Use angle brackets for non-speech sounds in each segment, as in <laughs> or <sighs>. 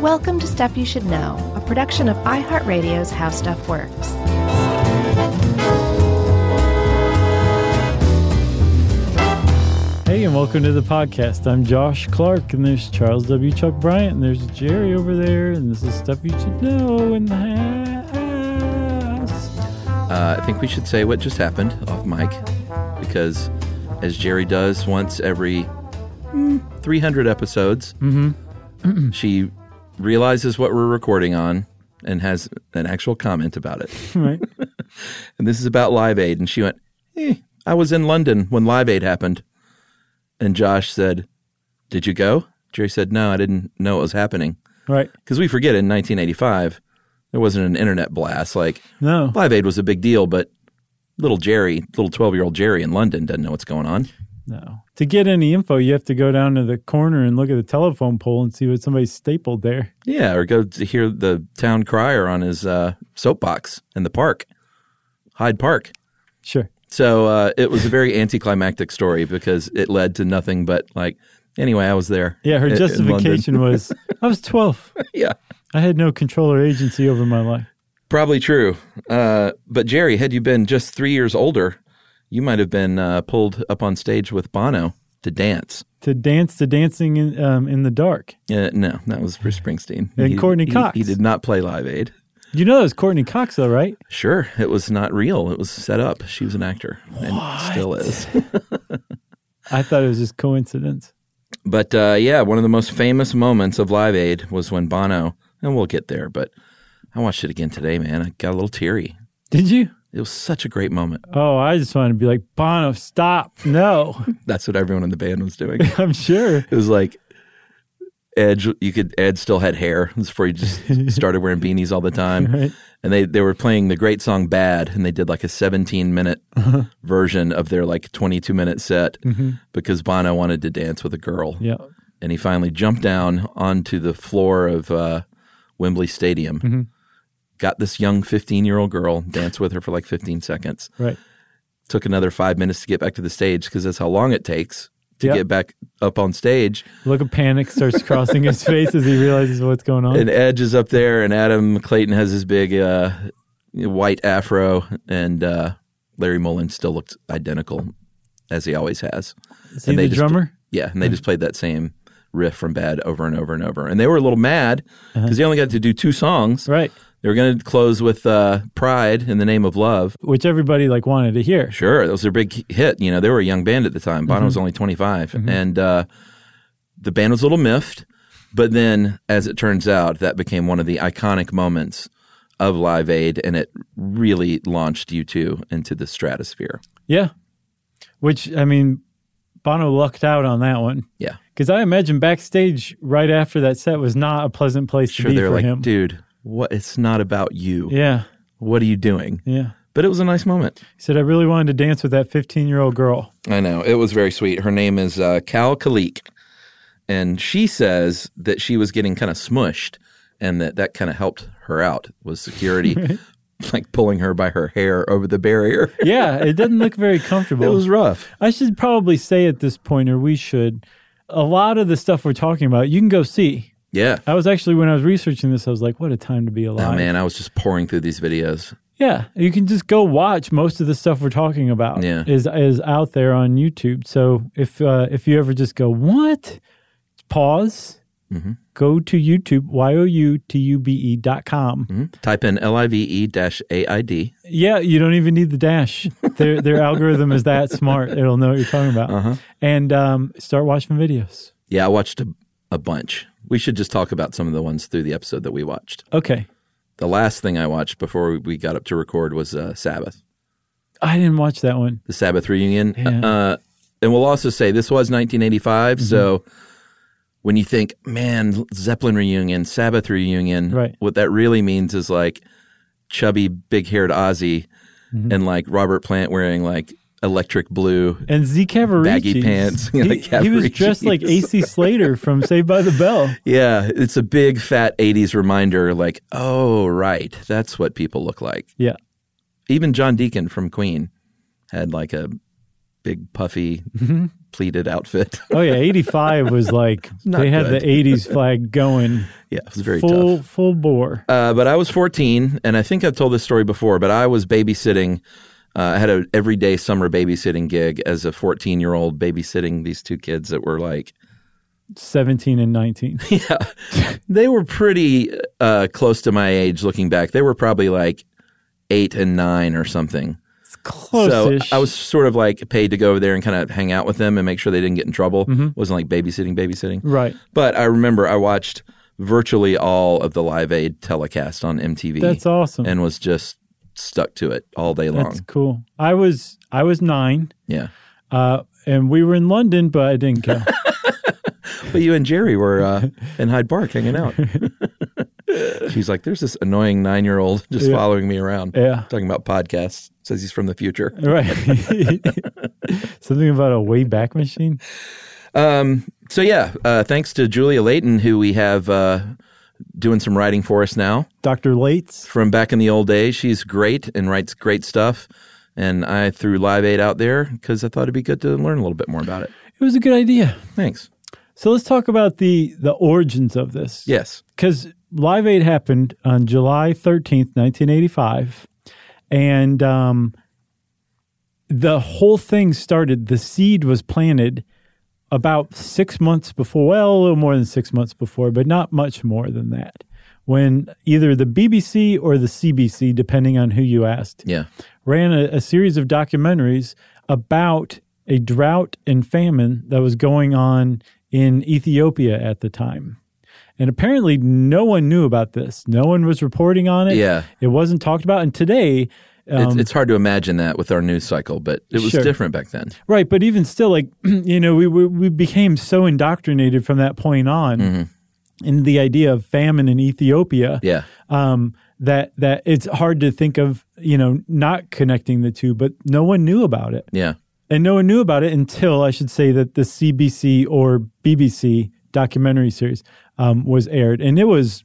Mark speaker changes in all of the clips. Speaker 1: Welcome to Stuff You Should Know, a production of iHeartRadio's How Stuff Works.
Speaker 2: Hey, and welcome to the podcast. I'm Josh Clark, and there's Charles W. Chuck Bryant, and there's Jerry over there, and this is stuff you should know in the house. <laughs>
Speaker 3: Uh, I think we should say what just happened off mic because, as Jerry does once every mm, 300 episodes, she realizes what we're recording on and has an actual comment about it.
Speaker 2: Right?
Speaker 3: And this is about Live Aid. And she went, eh, I was in London when Live Aid happened. And Josh said, Did you go? Jerry said, No, I didn't know what was happening.
Speaker 2: right.
Speaker 3: Because we forget in 1985, there wasn't an internet blast. Like,
Speaker 2: No.
Speaker 3: Live Aid was a big deal, but little Jerry, little 12 year old Jerry in London doesn't know what's going on.
Speaker 2: No. To get any info, you have to go down to the corner and look at the telephone pole and see what somebody stapled there.
Speaker 3: Yeah, or go to hear the town crier on his uh, soapbox in the park, Hyde Park.
Speaker 2: Sure.
Speaker 3: So uh, it was a very anticlimactic story because it led to nothing but like, anyway, I was there.
Speaker 2: Yeah, her
Speaker 3: in- in London.
Speaker 2: justification
Speaker 3: <laughs>
Speaker 2: was I was 12.
Speaker 3: yeah,
Speaker 2: I had no control or agency over my life.
Speaker 3: probably true. Uh, but Jerry, had you been just three years older, you might have been uh, pulled up on stage with Bono to dance.
Speaker 2: To dance to dancing in, um, in the dark.
Speaker 3: Uh, no, that was Bruce Springsteen.
Speaker 2: And Courtney
Speaker 3: he-
Speaker 2: Cox.
Speaker 3: He did not play Live Aid.
Speaker 2: You know that was Courtney Cox, though, right?
Speaker 3: Sure, it was not real. It was set up. She was an actor and still is. <laughs>
Speaker 2: I thought it was just coincidence.
Speaker 3: But uh, yeah, one of the most famous moments of Live Aid was when Bono, and we'll get there, but I watched it again today, man. I got a little teary.
Speaker 2: Did you?
Speaker 3: It was such a great moment.
Speaker 2: Oh, I just wanted to be like, Bono, stop. No, <laughs>
Speaker 3: That's what everyone in the band was doing. <laughs>
Speaker 2: I'm sure.
Speaker 3: It was like Edge, you could, Ed still had hair. It was before he just
Speaker 2: <laughs>
Speaker 3: started wearing beanies all the time.
Speaker 2: Right.
Speaker 3: And they, they were playing the great song Bad, and they did like a 17 minute version of their like 22 minute set because Bono wanted to dance with a girl.
Speaker 2: Mm. Yeah.
Speaker 3: and he finally jumped down onto the floor of uh, Wembley Stadium. Got this young 15 year old girl, danced with her for like 15 seconds.
Speaker 2: Right.
Speaker 3: Took another five minutes to get back to the stage because that's how long it takes to
Speaker 2: Yep.
Speaker 3: get back up on stage.
Speaker 2: Look of panic starts crossing his face as he realizes what's going on.
Speaker 3: And Edge is up there, and Adam Clayton has his big uh, white afro, and uh, Larry Mullen still looked identical as he always has.
Speaker 2: Is he
Speaker 3: and
Speaker 2: the
Speaker 3: they just-
Speaker 2: drummer?
Speaker 3: Yeah, and they just played that same riff from Bad over and over and over. And they were a little mad because they only got to do two songs.
Speaker 2: Right.
Speaker 3: They were going to close with uh, Pride in the Name of Love.
Speaker 2: Which everybody like wanted to hear.
Speaker 3: Sure, that was their big hit. You know, they were a young band at the time. Bono
Speaker 2: Mm-hmm.
Speaker 3: was only 25. And uh, the band was a little miffed. But then, as it turns out, that became one of the iconic moments of Live Aid. And it really launched U2 into the stratosphere.
Speaker 2: Yeah. Which, I mean, Bono lucked out on that one.
Speaker 3: Yeah.
Speaker 2: Because I imagine backstage right after that set was not a pleasant place
Speaker 3: Sure,
Speaker 2: to be
Speaker 3: they were
Speaker 2: for
Speaker 3: like,
Speaker 2: him.
Speaker 3: dude, what? it's not about you.
Speaker 2: Yeah.
Speaker 3: What are you doing?
Speaker 2: Yeah.
Speaker 3: But it was a nice moment.
Speaker 2: He said, I really wanted to dance with that 15 year old girl.
Speaker 3: I know. It was very sweet. Her name is uh, Cal Kalik. And she says that she was getting kind of smushed and that that kind of helped her out was <laughs> security like pulling her by her hair over the barrier. <laughs>
Speaker 2: Yeah. It doesn't look very comfortable.
Speaker 3: It was rough.
Speaker 2: I should probably say at this point, or we should, a lot of the stuff we're talking about, you can go see.
Speaker 3: Yeah.
Speaker 2: I was actually, when I was researching this, I was like, what a time to be alive.
Speaker 3: Oh man, I was just pouring through these videos.
Speaker 2: Yeah. You can just go watch most of the stuff we're talking about
Speaker 3: Yeah.
Speaker 2: is, is out there on YouTube. So if, uh, if you ever just go, what? Pause,
Speaker 3: Mm-hmm.
Speaker 2: go to YouTube, Y O U T U B E dot com.
Speaker 3: Hmm? Type in L I V E dash A I D.
Speaker 2: Yeah, you don't even need the
Speaker 3: <laughs>
Speaker 2: dash. Their, their algorithm is that smart. It'll know what you're talking about.
Speaker 3: Uh-huh.
Speaker 2: And um, start watching videos.
Speaker 3: Yeah, I watched a, a bunch. We should just talk about some of the ones through the episode that we watched.
Speaker 2: Okay.
Speaker 3: The last thing I watched before we got up to record was uh, Sabbath.
Speaker 2: I didn't watch that one.
Speaker 3: the Sabbath reunion.
Speaker 2: Yeah. Mm-hmm.
Speaker 3: Uh, and we'll also say this was 1985. So when you think, man, Zeppelin reunion, Sabbath reunion,
Speaker 2: Right.
Speaker 3: what that really means is like chubby, big haired Ozzy
Speaker 2: Mm-hmm.
Speaker 3: and like Robert Plant wearing like electric blue.
Speaker 2: And Z Cavarici.
Speaker 3: Baggy pants, <laughs> you know,
Speaker 2: He, he was dressed like
Speaker 3: Cavaricis.
Speaker 2: AC Slater from Saved by the Bell.
Speaker 3: Yeah, it's a big fat 80s reminder like, oh, right, that's what people look like.
Speaker 2: Yeah. Mm-hmm.
Speaker 3: Even John Deacon from Queen had like a big puffy pleated outfit. <laughs>
Speaker 2: Oh yeah, eighty five was like
Speaker 3: Not
Speaker 2: they had
Speaker 3: good. <laughs>
Speaker 2: the eighties flag going
Speaker 3: yeah, it was very tough.
Speaker 2: full full bore.
Speaker 3: Uh, but I was 14, and I think I've told this story before, but I was babysitting. Uh, I had an everyday summer babysitting gig as a 14 year old, babysitting these two kids that were like,
Speaker 2: Seventeen and
Speaker 3: <laughs>
Speaker 2: nineteen.
Speaker 3: they were pretty uh, close to my age looking back. They were probably like eight and nine or something.
Speaker 2: It's close-ish.
Speaker 3: So I was sort of like paid to go over there and kind of hang out with them and make sure they didn't get in trouble.
Speaker 2: Mm-hmm.
Speaker 3: wasn't like babysitting, babysitting.
Speaker 2: right.
Speaker 3: But I remember I watched virtually all of the Live Aid telecast on MTV.
Speaker 2: That's awesome.
Speaker 3: and was just stuck to it all day long.
Speaker 2: That's cool. I was I was nine,
Speaker 3: yeah.
Speaker 2: uh, and we were in London, but I didn't
Speaker 3: <laughs>
Speaker 2: count.
Speaker 3: But you and Jerry were uh, in Hyde Park
Speaker 2: <laughs>
Speaker 3: hanging out. She's like, there's this annoying nine year old just
Speaker 2: Yeah.
Speaker 3: following me around.
Speaker 2: Yeah.
Speaker 3: Talking about podcasts. Says he's from the future.
Speaker 2: right. <laughs> Something about a way back machine.
Speaker 3: So, yeah, uh, thanks to Julia Layton, who we have uh, doing some writing for us now
Speaker 2: Doctor Lates.
Speaker 3: from back in the old days. She's great and writes great stuff. And I threw Live Aid out there because I thought it'd be good to learn a little bit more about it.
Speaker 2: It was a good idea.
Speaker 3: Thanks.
Speaker 2: So let's talk about the the origins of this.
Speaker 3: Yes.
Speaker 2: because Live Aid happened on July 13th, 1985. And um, the whole thing started, the seed was planted about six months before, well, a little more than six months before, but not much more than that. When either the BBC or the CBC, depending on who you asked,
Speaker 3: Yeah.
Speaker 2: ran a, a series of documentaries about a drought and famine that was going on in Ethiopia at the time. And apparently, no one knew about this. No one was reporting on it.
Speaker 3: Yeah.
Speaker 2: It wasn't talked about. And today, uh,
Speaker 3: It's, it's hard to imagine that with our news cycle, but it was
Speaker 2: Um, Sure.
Speaker 3: different back then.
Speaker 2: Right, but even still, like <clears throat> you know, we we, we became so indoctrinated from that point on in the idea of famine in Ethiopia
Speaker 3: Mm-hmm. Yeah.
Speaker 2: um, that that it's hard to think of you know not connecting the two. But no one knew about it,
Speaker 3: Yeah.
Speaker 2: and no one knew about it until I should say that the CBC or BBC documentary series um, was aired, and it was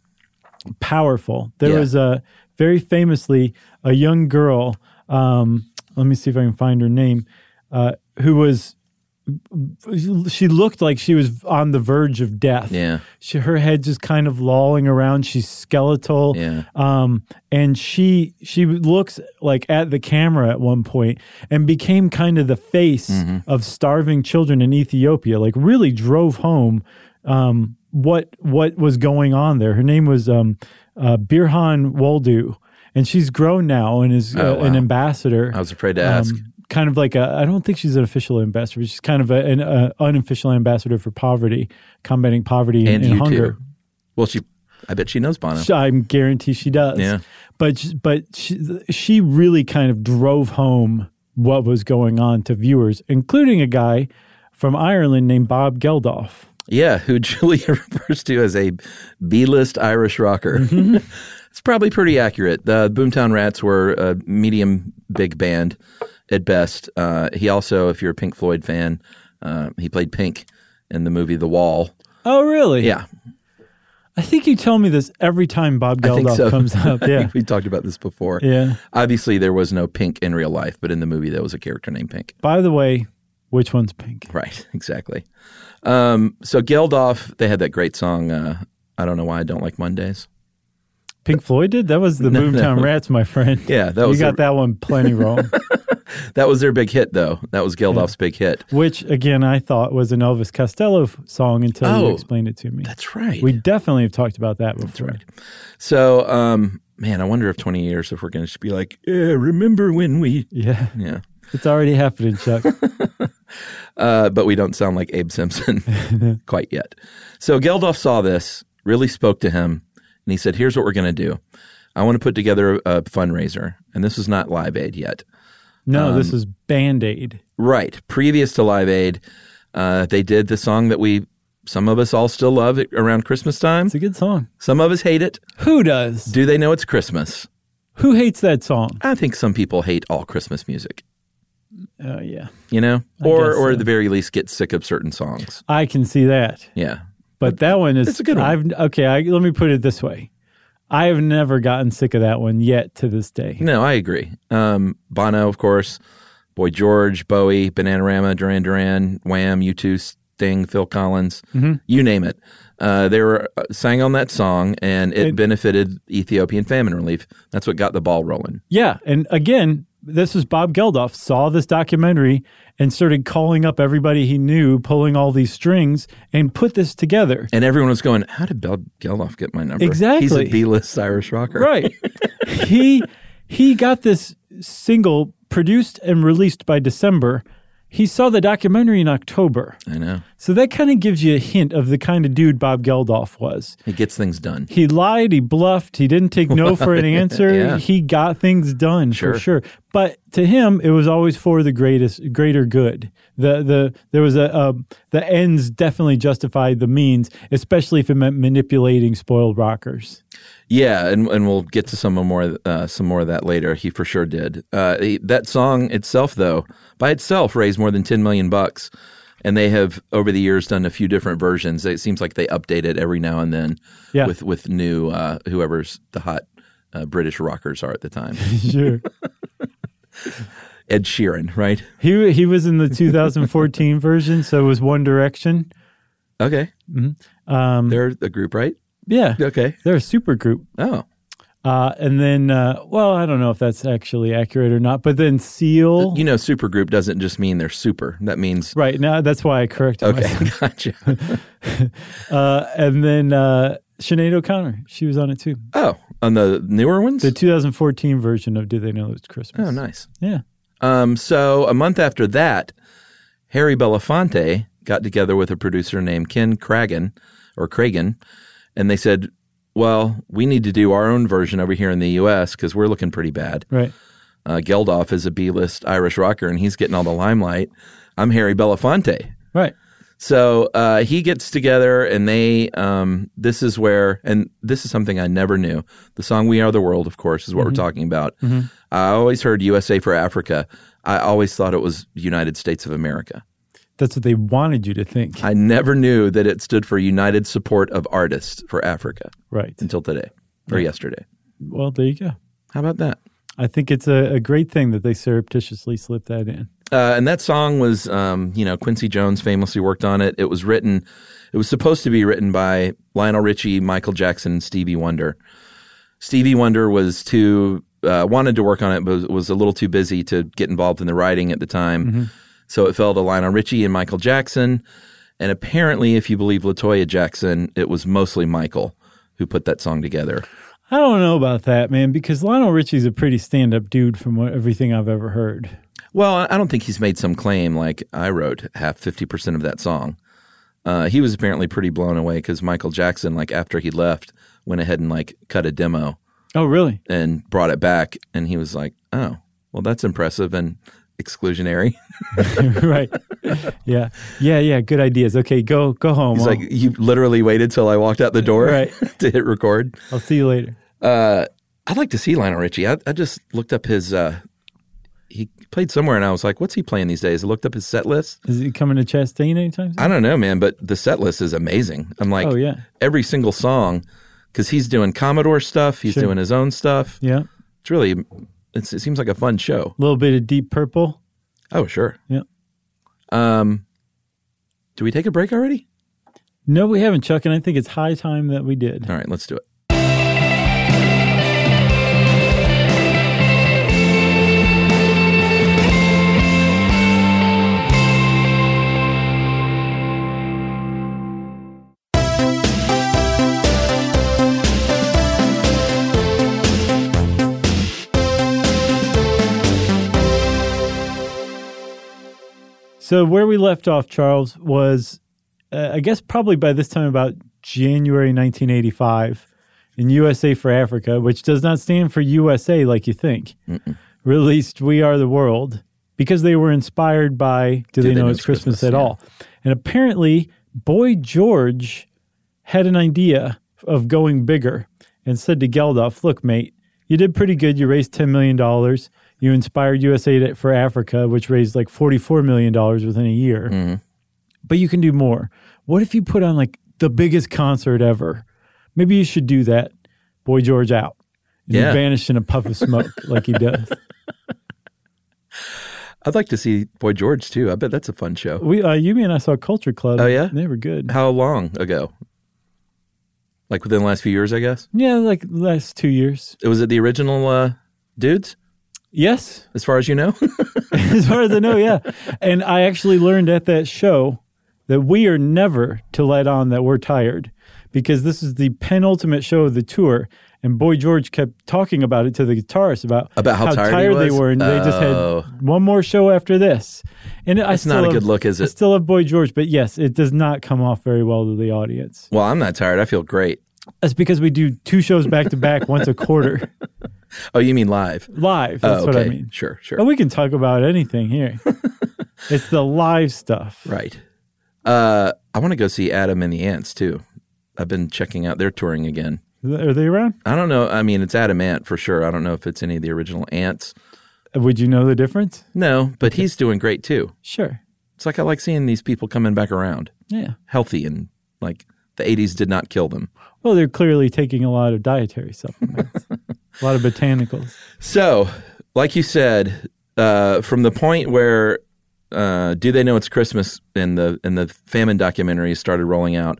Speaker 2: powerful. There
Speaker 3: Yeah.
Speaker 2: was a very famously a young girl. Um, let me see if I can find her name. Uh, who was she looked like she was on the verge of death.
Speaker 3: Yeah.
Speaker 2: She, her head just kind of lolling around. She's skeletal.
Speaker 3: Yeah.
Speaker 2: Um, and she she looks like at the camera at one point and became kind of the face
Speaker 3: Mm-hmm.
Speaker 2: of starving children in Ethiopia. Like really drove home um, what what was going on there. Her name was um, uh, Birhan Waldu, and she's grown now and is uh,
Speaker 3: Oh,
Speaker 2: an
Speaker 3: wow.
Speaker 2: ambassador.
Speaker 3: I was afraid to ask.
Speaker 2: Um, kind of like a, I don't think she's an official ambassador, but she's kind of a, an uh, unofficial ambassador for poverty, combating poverty and,
Speaker 3: and
Speaker 2: and
Speaker 3: you
Speaker 2: hunger.
Speaker 3: too. Well, she, I bet she knows Bono.
Speaker 2: She- I'm guarantee she does.
Speaker 3: Yeah.
Speaker 2: But sh- but she, she really kind of drove home what was going on to viewers, including a guy from Ireland named Bob Geldof.
Speaker 3: yeah, who <laughs> Julia refers to as a B-list Irish rocker.
Speaker 2: Mm-hmm.
Speaker 3: <laughs> it's probably pretty accurate. The Boomtown Rats were a medium big band at best. Uh, he also, if you're a Pink Floyd fan, uh, he played Pink in the movie The Wall.
Speaker 2: Oh, really?
Speaker 3: Yeah,
Speaker 2: I think you tell me this every time Bob
Speaker 3: I think
Speaker 2: Geldof
Speaker 3: so.
Speaker 2: comes up.
Speaker 3: <laughs> I
Speaker 2: <laughs> Yeah.
Speaker 3: think we talked about this before.
Speaker 2: Yeah.
Speaker 3: Obviously, there was no Pink in real life, but in the movie, there was a character named Pink.
Speaker 2: By the way, which one's pink?
Speaker 3: Right, <laughs> exactly. Um, so Geldof, they had that great song. Uh, I don't know why I don't like Mondays.
Speaker 2: Pink Floyd did? That was
Speaker 3: <laughs>
Speaker 2: the Boomtown Rats, my friend.
Speaker 3: Yeah, that
Speaker 2: you
Speaker 3: was
Speaker 2: got
Speaker 3: a-
Speaker 2: that one
Speaker 3: <laughs>
Speaker 2: plenty wrong.
Speaker 3: That was their big hit, though. That was Geldof's big hit.
Speaker 2: Which again, I thought was an Elvis Costello f- song until you
Speaker 3: Oh,
Speaker 2: explained it to me.
Speaker 3: That's right.
Speaker 2: We definitely have talked about that before. That's right.
Speaker 3: so, um, man, I wonder if twenty years if we're going to be like, yeah, remember when we?
Speaker 2: Yeah,
Speaker 3: Yeah,
Speaker 2: it's already happening, <laughs> Chuck.
Speaker 3: uh, but we don't sound like
Speaker 2: <laughs>
Speaker 3: Abe Simpson <laughs> quite yet. So Geldof saw this, really spoke to him, and he said, "Here's what we're going to do. I want to put together a fundraiser, and this was not Live Aid yet.
Speaker 2: No, this is Band Aid.
Speaker 3: Right. Previous to Live Aid, uh, they did the song that we, some of us all still love it- around Christmas time.
Speaker 2: It's a good song.
Speaker 3: Some of us hate it.
Speaker 2: Who does?
Speaker 3: Do they know it's Christmas?
Speaker 2: Who hates that song?
Speaker 3: I think some people hate all Christmas music,
Speaker 2: Oh yeah,
Speaker 3: you know?
Speaker 2: I
Speaker 3: Or,
Speaker 2: guess
Speaker 3: or
Speaker 2: so.
Speaker 3: at the very least, get sick of certain songs.
Speaker 2: I can see that.
Speaker 3: Yeah.
Speaker 2: But that one is
Speaker 3: It's a good one.
Speaker 2: I've okay. I, let me put it this way: I have never gotten sick of that one yet to this day.
Speaker 3: No, I agree. Um, Bono, of course, Boy George, Bowie, Bananarama, Duran Duran, Wham, U2, Sting, Phil Collins,
Speaker 2: Mm-hmm.
Speaker 3: you name it. Uh, they were uh, sang on that song, and it
Speaker 2: And-
Speaker 3: benefited Ethiopian famine relief. That's what got the ball rolling.
Speaker 2: Yeah, and again, this is Bob Geldof saw this documentary and started calling up everybody he knew, pulling all these strings, and put this together.
Speaker 3: And everyone was going, "How did Bob Geldof get my number? He's
Speaker 2: Exactly.
Speaker 3: a B-list Irish rocker,
Speaker 2: Right. he he got this single produced and released by December. He saw the documentary in October.
Speaker 3: I know.
Speaker 2: So that kind of gives you a hint of the kind of dude Bob Geldof was.
Speaker 3: He gets things done.
Speaker 2: He lied, he bluffed, he didn't take no for
Speaker 3: <laughs>
Speaker 2: an answer.
Speaker 3: Yeah.
Speaker 2: He got things done
Speaker 3: Sure.
Speaker 2: for sure. But to him, it was always for the greatest, greater good. The the there was a, a the ends definitely justified the means, especially if it meant manipulating spoiled rockers. <laughs>
Speaker 3: Yeah, and and we'll get to some more uh, some more of that later. He for sure did. Uh, he- that song itself, though, by itself raised more than ten million bucks, and they have over the years done a few different versions. It seems like they update it every now and then
Speaker 2: Yeah.
Speaker 3: with with new uh, whoever's the hot uh, British rockers are at
Speaker 2: <laughs>
Speaker 3: the time.
Speaker 2: Sure.
Speaker 3: Ed Sheeran, right?
Speaker 2: He he was in the 2014
Speaker 3: <laughs>
Speaker 2: version, so it was One Direction.
Speaker 3: Okay,
Speaker 2: Mm-hmm.
Speaker 3: um, they're a group, right?
Speaker 2: Yeah,
Speaker 3: Okay.
Speaker 2: they're a super group.
Speaker 3: Oh,
Speaker 2: Uh, and then, uh, well, I don't know if that's actually accurate or not, but then Seal.
Speaker 3: you know, supergroup doesn't just mean they're super. That means
Speaker 2: right now, that's why I corrected
Speaker 3: okay. <laughs>
Speaker 2: myself. <laughs>
Speaker 3: gotcha.
Speaker 2: Uh, and then uh, Sinead O'Connor, she was on it too.
Speaker 3: Oh, on the newer ones.
Speaker 2: The 2014 version of Do They Know It's Christmas?
Speaker 3: oh, nice.
Speaker 2: Yeah.
Speaker 3: Um, so a month after that, Harry Belafonte got together with a producer named Ken Cragen or Cragen, and they said, "Well, we need to do our own version over here in the U.S. because we're looking pretty bad.
Speaker 2: Right.
Speaker 3: Uh, Geldof is a B-list Irish rocker, and he's getting all the limelight. I'm Harry Belafonte."
Speaker 2: Right.
Speaker 3: So uh, he gets together, and they. Um, this is where, and this is something I never knew. The song "We Are the World," of course, is what we're talking about. I always heard "USA for Africa." I always thought it was United States of America.
Speaker 2: That's what they wanted you to think.
Speaker 3: I never knew that it stood for United Support of Artists for Africa
Speaker 2: right.
Speaker 3: until today or yesterday.
Speaker 2: Well, there you go.
Speaker 3: How about that?
Speaker 2: I think it's a, a great thing that they surreptitiously slipped that in.
Speaker 3: Uh, and that song was, um, you know, Quincy Jones famously worked on it. It was written, it was supposed to be written by Lionel Richie, Michael Jackson, and Stevie Wonder. Stevie Wonder was too, uh, wanted to work on it, but was, was a little too busy to get involved in the writing at the time. So it fell to Lionel Richie and Michael Jackson. And apparently, if you believe Latoya Jackson, it was mostly Michael who put that song together.
Speaker 2: I don't know about that, man, because Lionel Richie's a pretty stand up dude from what, everything I've ever heard.
Speaker 3: Well, I- I don't think he's made some claim like I wrote half fifty percent of that song. Uh, he was apparently pretty blown away because Michael Jackson, like after he left, went ahead and like cut a demo
Speaker 2: Oh, really?
Speaker 3: and brought it back, and he was like, "Oh, well, that's impressive and exclusionary."
Speaker 2: <laughs>
Speaker 3: <laughs>
Speaker 2: right. Yeah. Yeah. Yeah. Good ideas. Okay. Go, go home.
Speaker 3: He's
Speaker 2: I'll,
Speaker 3: like, "You literally waited till I walked out the door
Speaker 2: Right.
Speaker 3: <laughs> to hit record."
Speaker 2: I'll see you later.
Speaker 3: Uh, I'd like to see Lionel Richie. I, I just looked up his. Uh, he played somewhere, and I was like, "What's he playing these days?" I looked up his set list.
Speaker 2: Is he coming to Chastain anytime soon?
Speaker 3: I don't know, man, but the set list is amazing. I'm like,
Speaker 2: Oh, yeah.
Speaker 3: every single song, because he's doing Commodore stuff, he's
Speaker 2: Sure.
Speaker 3: doing his own stuff.
Speaker 2: yeah. A
Speaker 3: It's really, it's, it seems like a fun show.
Speaker 2: little bit of Deep Purple.
Speaker 3: Oh, sure.
Speaker 2: Yeah.
Speaker 3: Um, do we take a break already?
Speaker 2: No, we haven't, Chuck, and I think it's high time that we did.
Speaker 3: All right, let's do it.
Speaker 2: So where we left off, Charles, was uh, I guess probably by this time about January 1985 in USA for Africa, which does not stand for USA like you think. Released "We Are the World" because they were inspired by "Do, They Know It's Christmas, at
Speaker 3: yeah.
Speaker 2: All?" And apparently, Boy George had an idea of going bigger and said to Geldof, "Look, mate, you did pretty good. You raised ten million dollars. You inspired USA to- for Africa, which raised like forty-four million dollars within a year. But you can do more. What if you put on like the biggest concert ever? Maybe you should do that. Boy George out." And
Speaker 3: Yeah. <laughs>
Speaker 2: He vanished in a puff of smoke like he does.
Speaker 3: I'd like to see Boy George too. I bet that's a fun show.
Speaker 2: We, uh, Yumi and I saw Culture Club.
Speaker 3: Oh, yeah?
Speaker 2: They were good.
Speaker 3: How long ago? Like within the last few years, I guess.
Speaker 2: Yeah, like last two years.
Speaker 3: Was it the original uh, dudes?
Speaker 2: Yes.
Speaker 3: As far as you know, <laughs>
Speaker 2: <laughs> as far as I know, yeah. And I actually learned at that show that we are never to let on that we're tired because this is the penultimate show of the tour. And Boy George kept talking about it to the guitarist about,
Speaker 3: About how tired he
Speaker 2: they
Speaker 3: was?
Speaker 2: were. And they just
Speaker 3: Oh.
Speaker 2: had one more show after this. And I
Speaker 3: it's
Speaker 2: still
Speaker 3: not a
Speaker 2: love-
Speaker 3: good look, is
Speaker 2: I
Speaker 3: it?
Speaker 2: still love Boy George, but yes, it does not come off very well to the audience.
Speaker 3: Well, I'm not tired. I feel great.
Speaker 2: That's because we do two shows back to back once a
Speaker 3: <laughs>
Speaker 2: quarter
Speaker 3: Oh, you mean live?
Speaker 2: live. That's
Speaker 3: oh, okay.
Speaker 2: what I mean.
Speaker 3: Sure, sure.
Speaker 2: But we can talk about anything
Speaker 3: <laughs>
Speaker 2: here. it's the live stuff.
Speaker 3: Right. Uh, I want to go see Adam and the Ants too. I've been checking out their touring again.
Speaker 2: Are they around?
Speaker 3: I don't know. I mean, it's Adam Ant for sure. I don't know if it's any of the original Ants.
Speaker 2: Would you know the difference?
Speaker 3: No, but he's doing great too.
Speaker 2: Sure.
Speaker 3: It's like I like seeing these people coming back around,
Speaker 2: Yeah.
Speaker 3: healthy and like the '80s did not kill them.
Speaker 2: Well, they're clearly taking a lot of dietary <laughs> supplements, a lot of botanicals.
Speaker 3: So, like you said, uh, from the point where uh, "Do They Know It's Christmas" and the and the famine documentary started rolling out,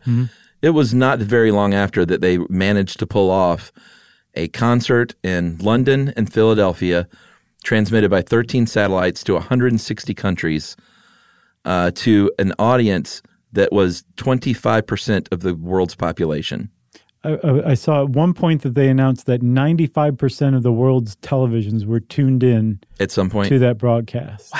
Speaker 3: it was not very long after that they managed to pull off a concert in London and Philadelphia, transmitted by 13 satellites to 160 countries, uh, to an audience that was 25 percent of the world's population.
Speaker 2: I, I, I saw at one point that they announced that 95% of the world's televisions were tuned in
Speaker 3: At some point,
Speaker 2: to that broadcast.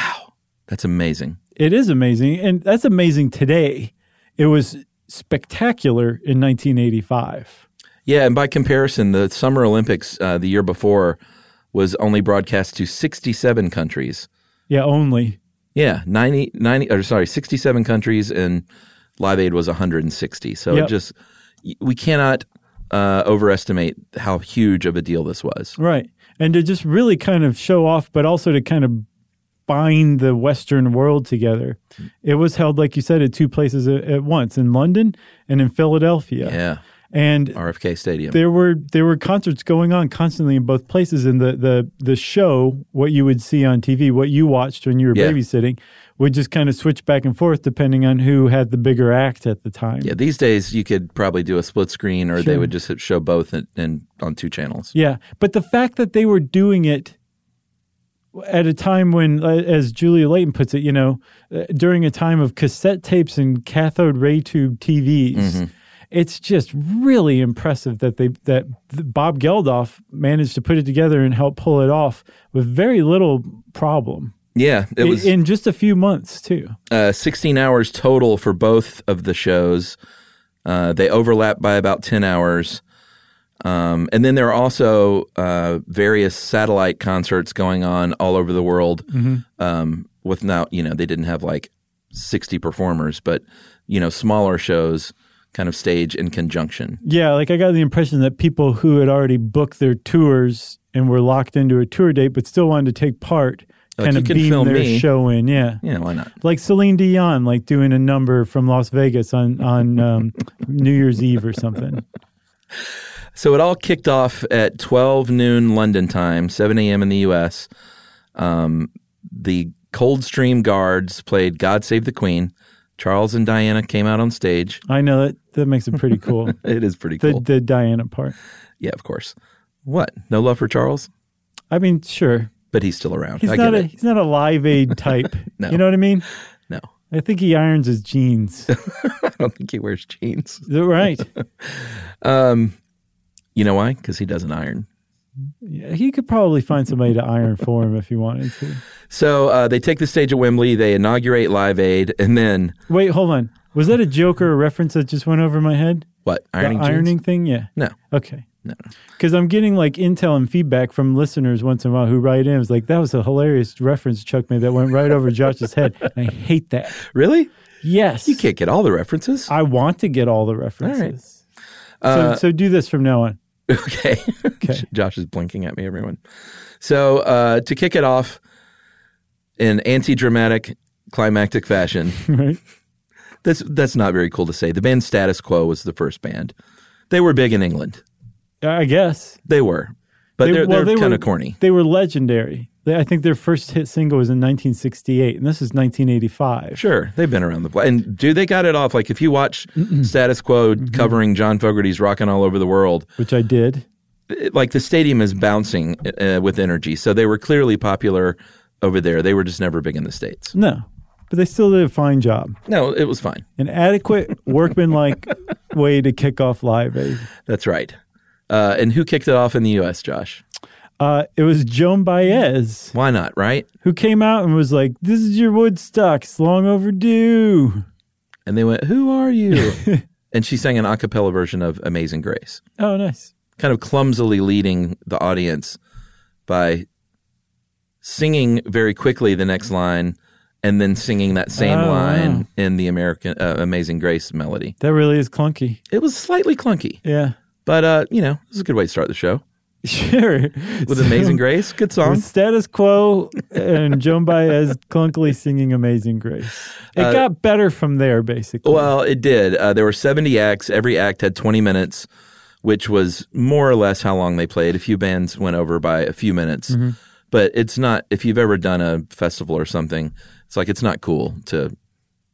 Speaker 3: that's amazing.
Speaker 2: It is amazing. And that's amazing today. It was spectacular in 1985.
Speaker 3: Yeah, and by comparison, the Summer Olympics uh, the year before was only broadcast to 67 countries.
Speaker 2: Yeah, only.
Speaker 3: Yeah, 90, 90 or sorry, 67 countries, and Live Aid was 160. So
Speaker 2: Yep.
Speaker 3: it just, we cannot uh, overestimate how huge of a deal this was.
Speaker 2: Right. And to just really kind of show off, but also to kind of bind the Western world together. It was held, like you said, at two places at, at once in London and in Philadelphia.
Speaker 3: Yeah,
Speaker 2: And
Speaker 3: RFK Stadium.
Speaker 2: there were there were concerts going on constantly in both places and the the the show what you would see on TV what you watched when you were
Speaker 3: Yeah.
Speaker 2: babysitting would just kind of switch back and forth depending on who had the bigger act at the time.
Speaker 3: yeah, these days you could probably do a split screen, or they
Speaker 2: Sure.
Speaker 3: would just hit- show both and, and on two channels.
Speaker 2: Yeah, but the fact that they were doing it at a time when, uh, as Julia Layton puts it, you know, uh, during a time of cassette tapes and cathode ray tube TVs,
Speaker 3: Mm-hmm.
Speaker 2: it's just really impressive that they that th- Bob Geldof managed to put it together and help pull it off with very little problem
Speaker 3: Yeah, it
Speaker 2: in,
Speaker 3: was
Speaker 2: in just a few months too.
Speaker 3: uh, 16 hours total for both of the shows. Uh, they overlap by about 10 hours. Um, and then there are also uh, various satellite concerts going on all over the world. Um, with now, you know, they didn't have like 60 performers, but, you know, smaller shows kind of stage in conjunction.
Speaker 2: Yeah, like I got the impression that people who had already booked their tours and were locked into a tour date but still wanted to take part
Speaker 3: Like,
Speaker 2: kind
Speaker 3: you
Speaker 2: of
Speaker 3: can
Speaker 2: beam
Speaker 3: film
Speaker 2: their
Speaker 3: me.
Speaker 2: show in. Yeah.
Speaker 3: Yeah, why not?
Speaker 2: Like Celine Dion, like doing a number from Las Vegas on,
Speaker 3: <laughs>
Speaker 2: on um, New Year's Eve or something.
Speaker 3: So it all kicked off at 12 noon London time, 7 a.m. in the U.S. Um, the Coldstream Guards played God Save the Queen. Charles and Diana came out on stage.
Speaker 2: I know that that makes it pretty cool.
Speaker 3: It is pretty
Speaker 2: The
Speaker 3: cool.
Speaker 2: the Diana part.
Speaker 3: yeah, of course. What? No love for Charles?
Speaker 2: I mean, sure.
Speaker 3: But he's still around.
Speaker 2: He's
Speaker 3: I
Speaker 2: not
Speaker 3: get
Speaker 2: a
Speaker 3: it.
Speaker 2: he's not a live
Speaker 3: <laughs>
Speaker 2: aid type.
Speaker 3: No.
Speaker 2: You know what I mean?
Speaker 3: No,
Speaker 2: I think he irons his
Speaker 3: <laughs>
Speaker 2: jeans.
Speaker 3: I don't think he wears jeans.
Speaker 2: right.
Speaker 3: Um, You know why? Because he doesn't iron.
Speaker 2: Yeah, he could probably find somebody to iron for him if he wanted to.
Speaker 3: So uh, they take the stage at Wembley. They inaugurate Live Aid, and then
Speaker 2: Wait, hold on. Was that a joke or a reference that just went over my head?
Speaker 3: what?
Speaker 2: The
Speaker 3: Ironing. jeans?
Speaker 2: ironing thing? Yeah.
Speaker 3: No.
Speaker 2: Okay.
Speaker 3: No.
Speaker 2: Because I'm getting like intel and feedback from listeners once in a while who write in. It's like, that was a hilarious reference Chuck made that went right over Josh's
Speaker 3: <laughs>
Speaker 2: head. And I hate that.
Speaker 3: Really?
Speaker 2: Yes.
Speaker 3: You can't get all the references.
Speaker 2: I want to get all the references.
Speaker 3: Uh,
Speaker 2: so, so do this from now on. <laughs>
Speaker 3: <laughs> Okay.
Speaker 2: Okay.
Speaker 3: <laughs> Josh is blinking at me, everyone. So uh, to kick it off in anti-dramatic,
Speaker 2: <laughs>
Speaker 3: climactic fashion,
Speaker 2: Right?
Speaker 3: that's that's not very cool to say. The band Status Quo was the first band. They were big in England.
Speaker 2: I guess.
Speaker 3: They were, but they, are
Speaker 2: well,
Speaker 3: Uh, they're
Speaker 2: were-
Speaker 3: kind of corny.
Speaker 2: They were legendary. They, I think their first hit single was in 1968, and this is 1985.
Speaker 3: Sure, they've been around the block, and dude, they got it off. Like if you watch Status Quo covering John Fogerty's "Rocking All Over the World,"
Speaker 2: Which I did.
Speaker 3: it- like the stadium is bouncing uh, with energy. So they were clearly popular over there. They were just never big in the states.
Speaker 2: No, but they still did a fine job.
Speaker 3: No, it was fine.
Speaker 2: An adequate workmanlike way to kick off Live Aid.
Speaker 3: That's right. Uh, and who kicked it off in the U.S., Josh?
Speaker 2: Uh, it was Joan Baez
Speaker 3: Why not? Right?
Speaker 2: who came out and was like, This is your Woodstock. It's long overdue.
Speaker 3: And they went, "Who
Speaker 2: <laughs>
Speaker 3: are you?" and she sang an a cappella version of "Amazing Grace,"
Speaker 2: Oh, nice.
Speaker 3: kind of clumsily leading the audience by singing very quickly the next line, and then singing that same
Speaker 2: Oh, wow.
Speaker 3: line in the American uh, "Amazing Grace" melody.
Speaker 2: That really is clunky.
Speaker 3: It was slightly clunky.
Speaker 2: Yeah. <laughs>
Speaker 3: But uh, you know, this is a good way to start the show
Speaker 2: Sure.
Speaker 3: with "Amazing Grace." Good
Speaker 2: With
Speaker 3: song.
Speaker 2: Status Quo and Joan Baez clunkily singing Amazing Grace. It got better from there, basically.
Speaker 3: Uh, Well, it did. Uh, there were seventy acts. Every act had twenty minutes, which was more or less how long they played. A few bands went over by a few minutes, but it's not. If you've ever done a festival or something, it's like it's not cool to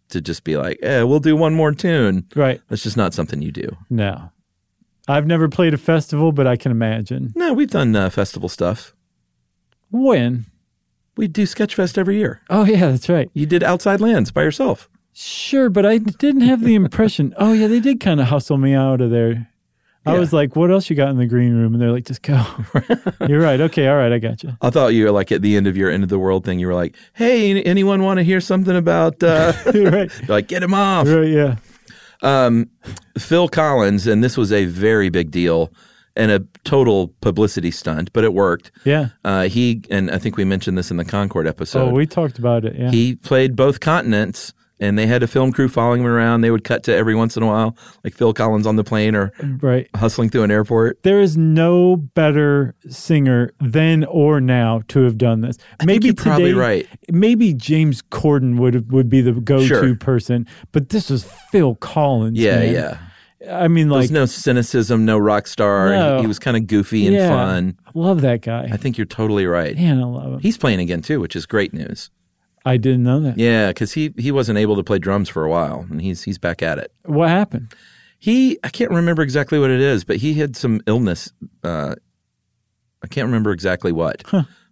Speaker 3: to just be like, "Eh, we'll do one more tune."
Speaker 2: right.
Speaker 3: That's just not something you do.
Speaker 2: No. I've never played a festival, but I can imagine.
Speaker 3: No, we've done uh, festival stuff.
Speaker 2: When?
Speaker 3: We do Sketchfest every year.
Speaker 2: Oh, yeah, that's right.
Speaker 3: You did Outside Lands by yourself.
Speaker 2: Sure, but I didn't have the impression. oh, yeah, they did kind of hustle me out of there. I
Speaker 3: Yeah.
Speaker 2: was like, what else you got in the green room? And they're like, just go. <laughs> You're right. Okay. All right. I got you.
Speaker 3: I thought you were like at the end of your end of the world thing. You were like, "Hey, an- anyone want to hear something about?" Uh,
Speaker 2: <laughs>
Speaker 3: <laughs>
Speaker 2: You're right.
Speaker 3: you're like, "Get him off."
Speaker 2: You're right. Yeah.
Speaker 3: Phil Collins, and this was a very big deal and a total publicity stunt, but it worked.
Speaker 2: Yeah.
Speaker 3: Uh, he and I think we mentioned this in the Concord
Speaker 2: oh,
Speaker 3: episode.
Speaker 2: we talked about it. Yeah.
Speaker 3: he played both continents, and they had a film crew following him around. They would cut to every once in a while, like Phil Collins on the plane or
Speaker 2: right.
Speaker 3: hustling through an airport.
Speaker 2: There is no better singer then or now to have done this.
Speaker 3: think
Speaker 2: Maybe
Speaker 3: you're probably
Speaker 2: today-
Speaker 3: right.
Speaker 2: Maybe James Corden would would be the go-to
Speaker 3: Sure. person,
Speaker 2: person, but this was Phil Collins.
Speaker 3: Yeah,
Speaker 2: man.
Speaker 3: yeah.
Speaker 2: I mean,
Speaker 3: There
Speaker 2: like,
Speaker 3: was no cynicism, no rock star. and he-
Speaker 2: No.
Speaker 3: He, was kind of goofy and
Speaker 2: yeah,
Speaker 3: fun.
Speaker 2: Love that guy.
Speaker 3: I think you're totally right.
Speaker 2: Man, I love him.
Speaker 3: He's playing again too, which is great news.
Speaker 2: I didn't know that.
Speaker 3: Yeah, because he he wasn't able to play drums for a while, and he's he's back at it.
Speaker 2: What happened?
Speaker 3: He I can't remember exactly what it is, but he had some illness. Uh, I can't remember exactly what,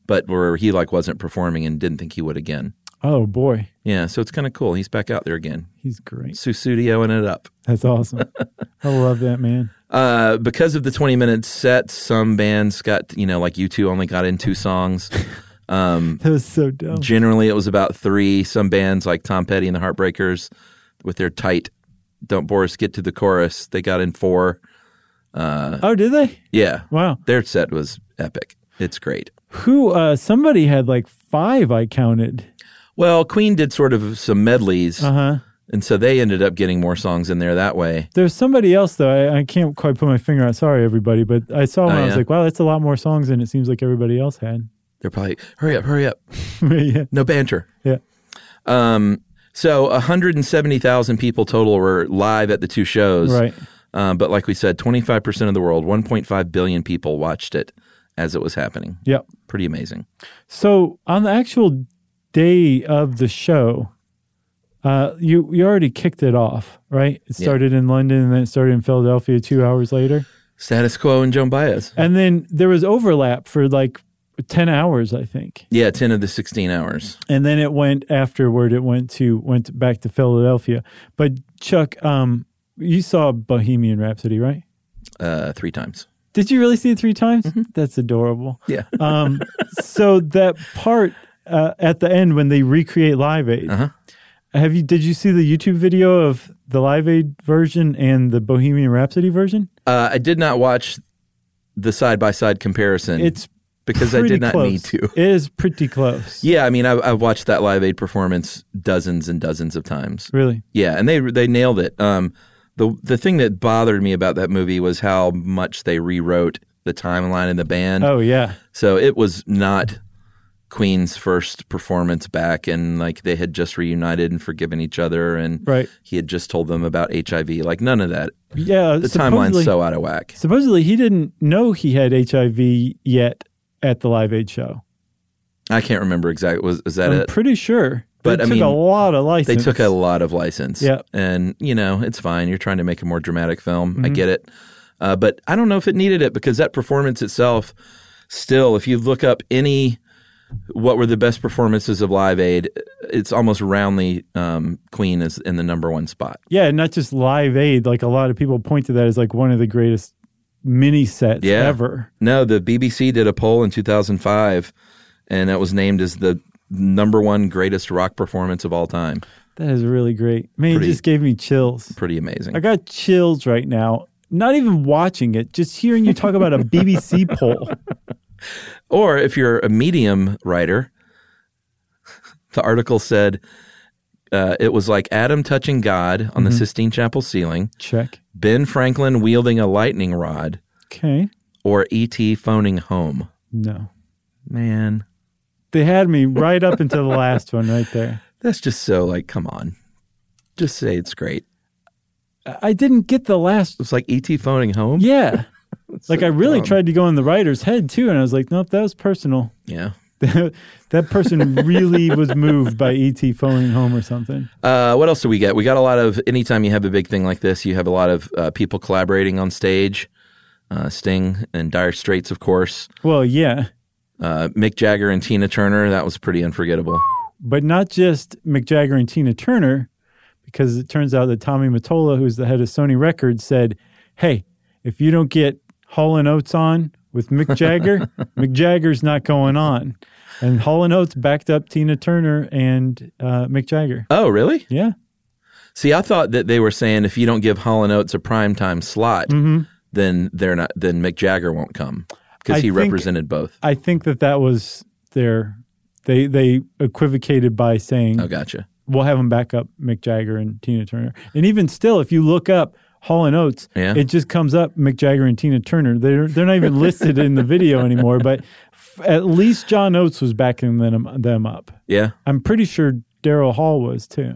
Speaker 3: but where he like wasn't performing and didn't think he would again.
Speaker 2: Oh boy,
Speaker 3: Yeah, so it's kind of cool. He's back out there again,
Speaker 2: he's great.
Speaker 3: Susudioing it up.
Speaker 2: That's awesome. <laughs> I love that man.
Speaker 3: Uh, because of the twenty minute set, some bands got you know like you two only got in two songs.
Speaker 2: That was so dumb.
Speaker 3: Generally, it was about three. Some bands like Tom Petty and the Heartbreakers, with their tight "Don't Bore Us, Get to the Chorus," they got in four.
Speaker 2: Oh, did they?
Speaker 3: Yeah,
Speaker 2: Wow.
Speaker 3: their set was epic. It's great.
Speaker 2: Who? Uh, somebody had like five. I counted.
Speaker 3: Well, Queen did sort of some medleys,
Speaker 2: Uh huh.
Speaker 3: and so they ended up getting more songs in there that way.
Speaker 2: There's somebody else though. I, I can't quite put my finger on. Sorry, everybody, but I saw one. I was
Speaker 3: Oh, yeah?
Speaker 2: like, wow, that's a lot more songs than it seems like everybody else had. <laughs>
Speaker 3: They're probably hurry up, hurry up,
Speaker 2: yeah.
Speaker 3: no banter. Um,
Speaker 2: Yeah.
Speaker 3: So, 170,000 people total were live at the two shows.
Speaker 2: Right.
Speaker 3: Um, but like we said, 25% of the world, 1.5 billion people watched it as it was happening.
Speaker 2: Yep.
Speaker 3: Pretty amazing.
Speaker 2: So on the actual day of the show, uh, you you already kicked it off, right? It
Speaker 3: Yeah.
Speaker 2: started in London and then it started in Philadelphia two hours later,
Speaker 3: Status quo and Joan Baez.
Speaker 2: and then there was overlap for like ten hours, I think,
Speaker 3: Yeah, 10 of the 16 hours.
Speaker 2: and then it went afterward. It went to went back to Philadelphia. But Chuck, um, you saw Bohemian Rhapsody, right?
Speaker 3: Uh, three times.
Speaker 2: Did you really see it three times?
Speaker 3: Mm-hmm.
Speaker 2: That's adorable.
Speaker 3: Yeah.
Speaker 2: Um, <laughs> so that part uh, at the end when they recreate Live Aid,
Speaker 3: Uh-huh.
Speaker 2: have you? Did you see the YouTube video of the Live Aid version and the Bohemian Rhapsody version?
Speaker 3: Uh, I did not watch the side by side comparison
Speaker 2: It's
Speaker 3: because Mm. I
Speaker 2: pretty
Speaker 3: did not
Speaker 2: close.
Speaker 3: need to.
Speaker 2: It is pretty close.
Speaker 3: Yeah, I mean, I've, I've watched that Live Aid performance dozens and dozens of times.
Speaker 2: Really,
Speaker 3: Yeah, and they they nailed it. Um, the the thing that bothered me about that movie was how much they rewrote the timeline in the band.
Speaker 2: Oh yeah,
Speaker 3: So it was not Queen's first performance back, and like they had just reunited and forgiven each other, and
Speaker 2: Right.
Speaker 3: he had just told them about HIV. Like none of that.
Speaker 2: yeah.
Speaker 3: The timeline's so out of whack.
Speaker 2: Supposedly, he didn't know he had HIV yet at the Live Aid show.
Speaker 3: I can't remember exactly. Was is that
Speaker 2: I'm
Speaker 3: it?
Speaker 2: pretty sure.
Speaker 3: uh, But,
Speaker 2: they
Speaker 3: I
Speaker 2: took
Speaker 3: mean,
Speaker 2: a lot of license.
Speaker 3: They took a lot of license.
Speaker 2: Yeah.
Speaker 3: And, you know, it's fine. You're trying to make a more dramatic film. I get it. Uh, but I don't know if it needed it because that performance itself, still, if you look up any, what were the best performances of Live Aid, it's almost roundly um, Queen is in the number one spot.
Speaker 2: yeah, not just Live Aid. Like a lot of people point to that as like one of the greatest mini sets
Speaker 3: Yeah.
Speaker 2: ever.
Speaker 3: No, the BBC did a poll in 2005, and that was named as the number one greatest rock performance of all time.
Speaker 2: That is really great. Man,
Speaker 3: Pretty-
Speaker 2: it just gave me chills.
Speaker 3: Pretty amazing.
Speaker 2: I got chills right now. Not even watching it, just hearing you talk about a
Speaker 3: <laughs>
Speaker 2: BBC poll.
Speaker 3: Or if you're a medium writer, <laughs> the article said uh, it was like Adam touching God on the Sistine Chapel ceiling,
Speaker 2: Check.
Speaker 3: Ben Franklin wielding a lightning rod,
Speaker 2: Okay.
Speaker 3: or E.T. phoning home.
Speaker 2: No.
Speaker 3: Man,
Speaker 2: They had me right up until the last one right
Speaker 3: <laughs>
Speaker 2: there.
Speaker 3: that's just so like, come on. Just say it's great.
Speaker 2: I I didn't get the last.
Speaker 3: It's like E.T. phoning
Speaker 2: <laughs>
Speaker 3: home.
Speaker 2: Yeah. like I really
Speaker 3: dumb.
Speaker 2: tried to go in the writer's head too, and I was like, nope, that was personal. <laughs>
Speaker 3: Yeah.
Speaker 2: that person really was moved by ET phoning home or something.
Speaker 3: Uh, what else do we get? We got a lot of. Anytime you have a big thing like this, you have a lot of uh, people collaborating on stage. Uh, Sting and Dire Straits, of course.
Speaker 2: Well, yeah,
Speaker 3: Uh, Mick Jagger and Tina Turner. That was pretty unforgettable.
Speaker 2: but not just Mick Jagger and Tina Turner, because it turns out that Tommy Mottola, who's the head of Sony Records, said, "Hey, if you don't get Hall and Oates on with Mick Jagger, Mick Jagger's not going on." And Hall and Oates backed up Tina Turner and uh, Mick Jagger.
Speaker 3: Oh, really?
Speaker 2: Yeah,
Speaker 3: See, I thought that they were saying if you don't give Hall and Oates a primetime slot, then they're not. Then Mick Jagger won't come
Speaker 2: Mm-hmm. I
Speaker 3: because he
Speaker 2: think-
Speaker 3: represented both.
Speaker 2: I think that that was their. They they equivocated by saying
Speaker 3: Oh, gotcha.
Speaker 2: we'll have them back up Mick Jagger and Tina Turner. And even still, if you look up Hall and Oates,
Speaker 3: Yeah.
Speaker 2: it just comes up Mick Jagger and Tina Turner. They're they're not even listed in the video anymore. But f- at least John Oates was backing them them up.
Speaker 3: Yeah,
Speaker 2: I'm pretty sure Daryl Hall was too.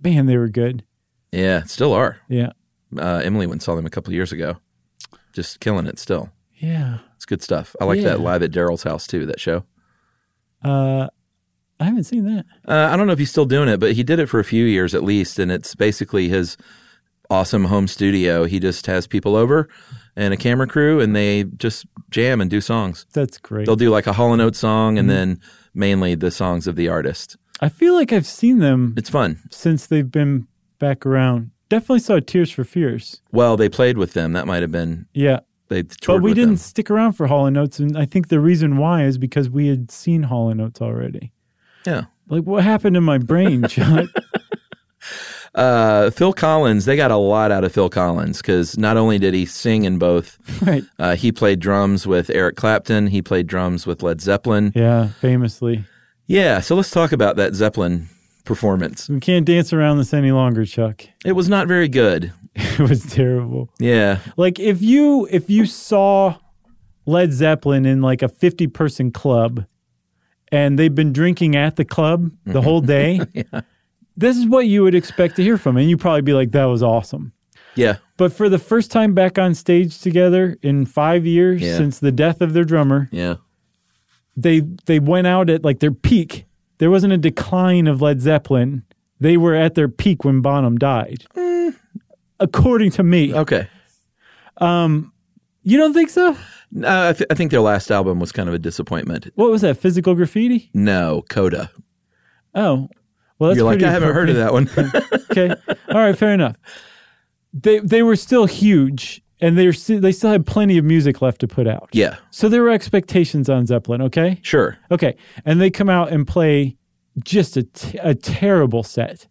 Speaker 2: Man, they were good.
Speaker 3: yeah. Still are.
Speaker 2: Yeah,
Speaker 3: Uh, Emily went and saw them a couple of years ago. Just killing it. Still,
Speaker 2: yeah.
Speaker 3: it's good stuff. I like
Speaker 2: Yeah.
Speaker 3: that live at Daryl's house too. That show.
Speaker 2: Uh, I haven't seen that.
Speaker 3: Uh, I don't know if he's still doing it, but he did it for a few years at least, and it's basically his awesome home studio. He just has people over and a camera crew, and they just jam and do songs.
Speaker 2: That's great.
Speaker 3: They'll do like a Hall and Oates song,
Speaker 2: Mm-hmm.
Speaker 3: and then mainly the songs of the artist.
Speaker 2: I feel like I've seen them
Speaker 3: It's fun.
Speaker 2: since they've been back around. Definitely saw Tears for Fears.
Speaker 3: Well, they played with them. That might have been
Speaker 2: Yeah.
Speaker 3: they toured.
Speaker 2: But we
Speaker 3: with
Speaker 2: didn't
Speaker 3: Them.
Speaker 2: stick around for Hall and Oates, and I think the reason why is because we had seen Hall and Oates already.
Speaker 3: Yeah.
Speaker 2: Like, what happened in my
Speaker 3: <laughs>
Speaker 2: brain, John?
Speaker 3: Uh, Phil Collins. They got a lot out of Phil Collins because not only did he sing in both,
Speaker 2: right?
Speaker 3: uh, he played drums with Eric Clapton. He played drums with Led Zeppelin.
Speaker 2: Yeah, famously,
Speaker 3: Yeah, so let's talk about that Zeppelin performance.
Speaker 2: we can't dance around this any longer, Chuck. <laughs>
Speaker 3: It was not very good.
Speaker 2: It was terrible.
Speaker 3: Yeah.
Speaker 2: Like, if you if you saw Led Zeppelin in like a fifty person club, and they've been drinking at the club the whole day, this is what you would expect to hear from, 'em, and you'd probably be like, "That was awesome."
Speaker 3: Yeah.
Speaker 2: But for the first time back on stage together in five years
Speaker 3: Yeah.
Speaker 2: since the death of their drummer,
Speaker 3: Yeah.
Speaker 2: they they went out at like their peak. There wasn't a decline of Led Zeppelin. They were at their peak when Bonham died, according to me.
Speaker 3: Okay.
Speaker 2: You don't think so?
Speaker 3: No, I, th- I think their last album was kind of a disappointment.
Speaker 2: What was that? Physical graffiti?
Speaker 3: No, Coda.
Speaker 2: Oh, well, that's
Speaker 3: You're like,
Speaker 2: pretty
Speaker 3: I haven't heard of
Speaker 2: <laughs>
Speaker 3: that one.
Speaker 2: okay. All right, fair enough. They they were still huge, and they st- they still had plenty of music left to put out.
Speaker 3: yeah,
Speaker 2: So there were expectations on Zeppelin. Okay.
Speaker 3: sure.
Speaker 2: Okay. And they come out and play just a, t- a terrible set.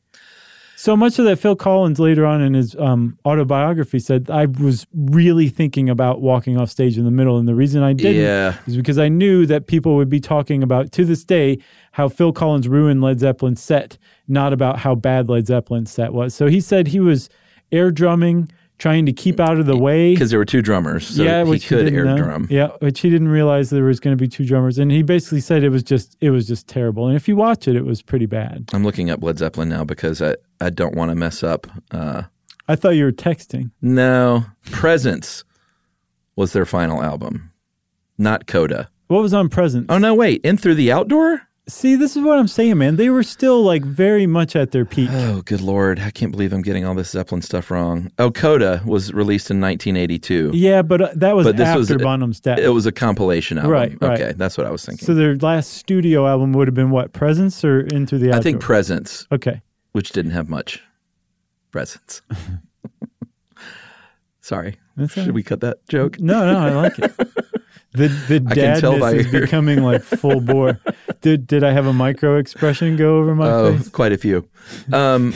Speaker 2: So much so that Phil Collins later on in his um, autobiography said, I was really thinking about walking off stage in the middle. And the reason I didn't
Speaker 3: Yeah.
Speaker 2: is because I knew that people would be talking about, to this day, how Phil Collins ruined Led Zeppelin's set, not about how bad Led Zeppelin's set was. So he said he was air drumming, trying to keep out of the way
Speaker 3: Because there were two drummers, so he
Speaker 2: which
Speaker 3: could
Speaker 2: didn't
Speaker 3: air
Speaker 2: know.
Speaker 3: drum.
Speaker 2: Yeah, which he didn't realize there was going to be two drummers, and he basically said it was just it was just terrible. And if you watch it, it was pretty bad.
Speaker 3: I'm looking up Led Zeppelin now because I, I don't want to mess up. Uh,
Speaker 2: I thought you were texting.
Speaker 3: no, Presence was their final album, not Coda.
Speaker 2: What was on Presence?
Speaker 3: Oh no, wait, in through the outdoor?
Speaker 2: See, this is what I'm saying, man. They were still like very much at their
Speaker 3: <sighs>
Speaker 2: peak.
Speaker 3: Oh, good lord! I can't believe I'm getting all this Zeppelin stuff wrong. Oh, Coda was released in 1982.
Speaker 2: yeah, but uh, that was
Speaker 3: But this
Speaker 2: after
Speaker 3: was-
Speaker 2: Bonham's death.
Speaker 3: It was a compilation album.
Speaker 2: Right, right.
Speaker 3: Okay, that's what I was thinking.
Speaker 2: so their last studio album would have been what? Presence or Into the Outdoor?
Speaker 3: I think Presence,
Speaker 2: okay.
Speaker 3: which didn't have much presence. <laughs> Sorry.
Speaker 2: That's all
Speaker 3: Should
Speaker 2: right.
Speaker 3: we cut that joke?
Speaker 2: No, no, I like
Speaker 3: <laughs>
Speaker 2: it. The the
Speaker 3: I can tell by
Speaker 2: dadness is
Speaker 3: your-
Speaker 2: becoming like full
Speaker 3: <laughs>
Speaker 2: bore. Did did I have a micro expression go over my
Speaker 3: Oh,
Speaker 2: face?
Speaker 3: quite a few.
Speaker 2: <laughs>
Speaker 3: Um,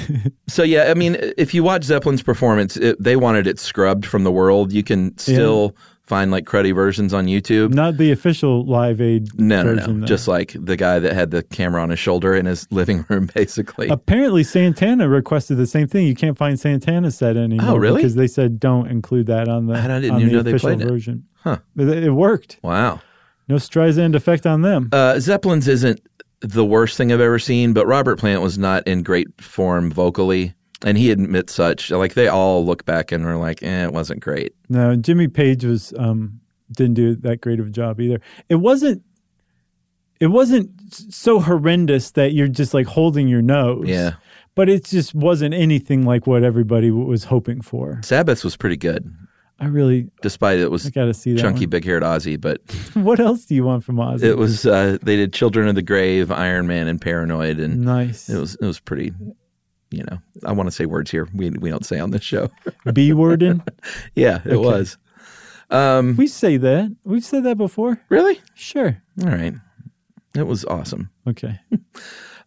Speaker 3: so yeah, I mean, if you watch Zeppelin's performance, it, they wanted it scrubbed from the world. You can still find like cruddy versions on YouTube.
Speaker 2: Not the official Live Aid
Speaker 3: No, no, no.
Speaker 2: version. though.
Speaker 3: Just like the guy that had the camera on his shoulder in his <laughs> living room, basically.
Speaker 2: Apparently, Santana requested the same thing. You can't find Santana's set anymore.
Speaker 3: Oh, really?
Speaker 2: Because they said don't include that on the
Speaker 3: And I didn't
Speaker 2: on
Speaker 3: even
Speaker 2: the
Speaker 3: know they
Speaker 2: official
Speaker 3: played it.
Speaker 2: version.
Speaker 3: Huh.
Speaker 2: But it it worked.
Speaker 3: wow.
Speaker 2: No Streisand effect on them.
Speaker 3: Uh, Zeppelin's isn't the worst thing I've ever seen, but Robert Plant was not in great form vocally, and he admits such. Like they all look back and are like, eh, it wasn't great.
Speaker 2: No, Jimmy Page was um, didn't do that great of a job either. It wasn't. It wasn't so horrendous that you're just like holding your nose.
Speaker 3: Yeah.
Speaker 2: But it just wasn't anything like what everybody w- was hoping for.
Speaker 3: Sabbath's was pretty good,
Speaker 2: I really,
Speaker 3: despite it was
Speaker 2: I gotta see that.
Speaker 3: chunky, big-haired Ozzy, but. <laughs>
Speaker 2: one. <laughs> What else do you want from Ozzy?
Speaker 3: It was uh, they did Children of the Grave, Iron Man, and Paranoid, and
Speaker 2: nice. <laughs>
Speaker 3: it was it was pretty. You know, I want to say words here we we don't say on this show. <laughs>
Speaker 2: B wording.
Speaker 3: yeah, it was
Speaker 2: <laughs> we say that. We've said that before.
Speaker 3: really
Speaker 2: Sure.
Speaker 3: all right. It was awesome.
Speaker 2: Okay.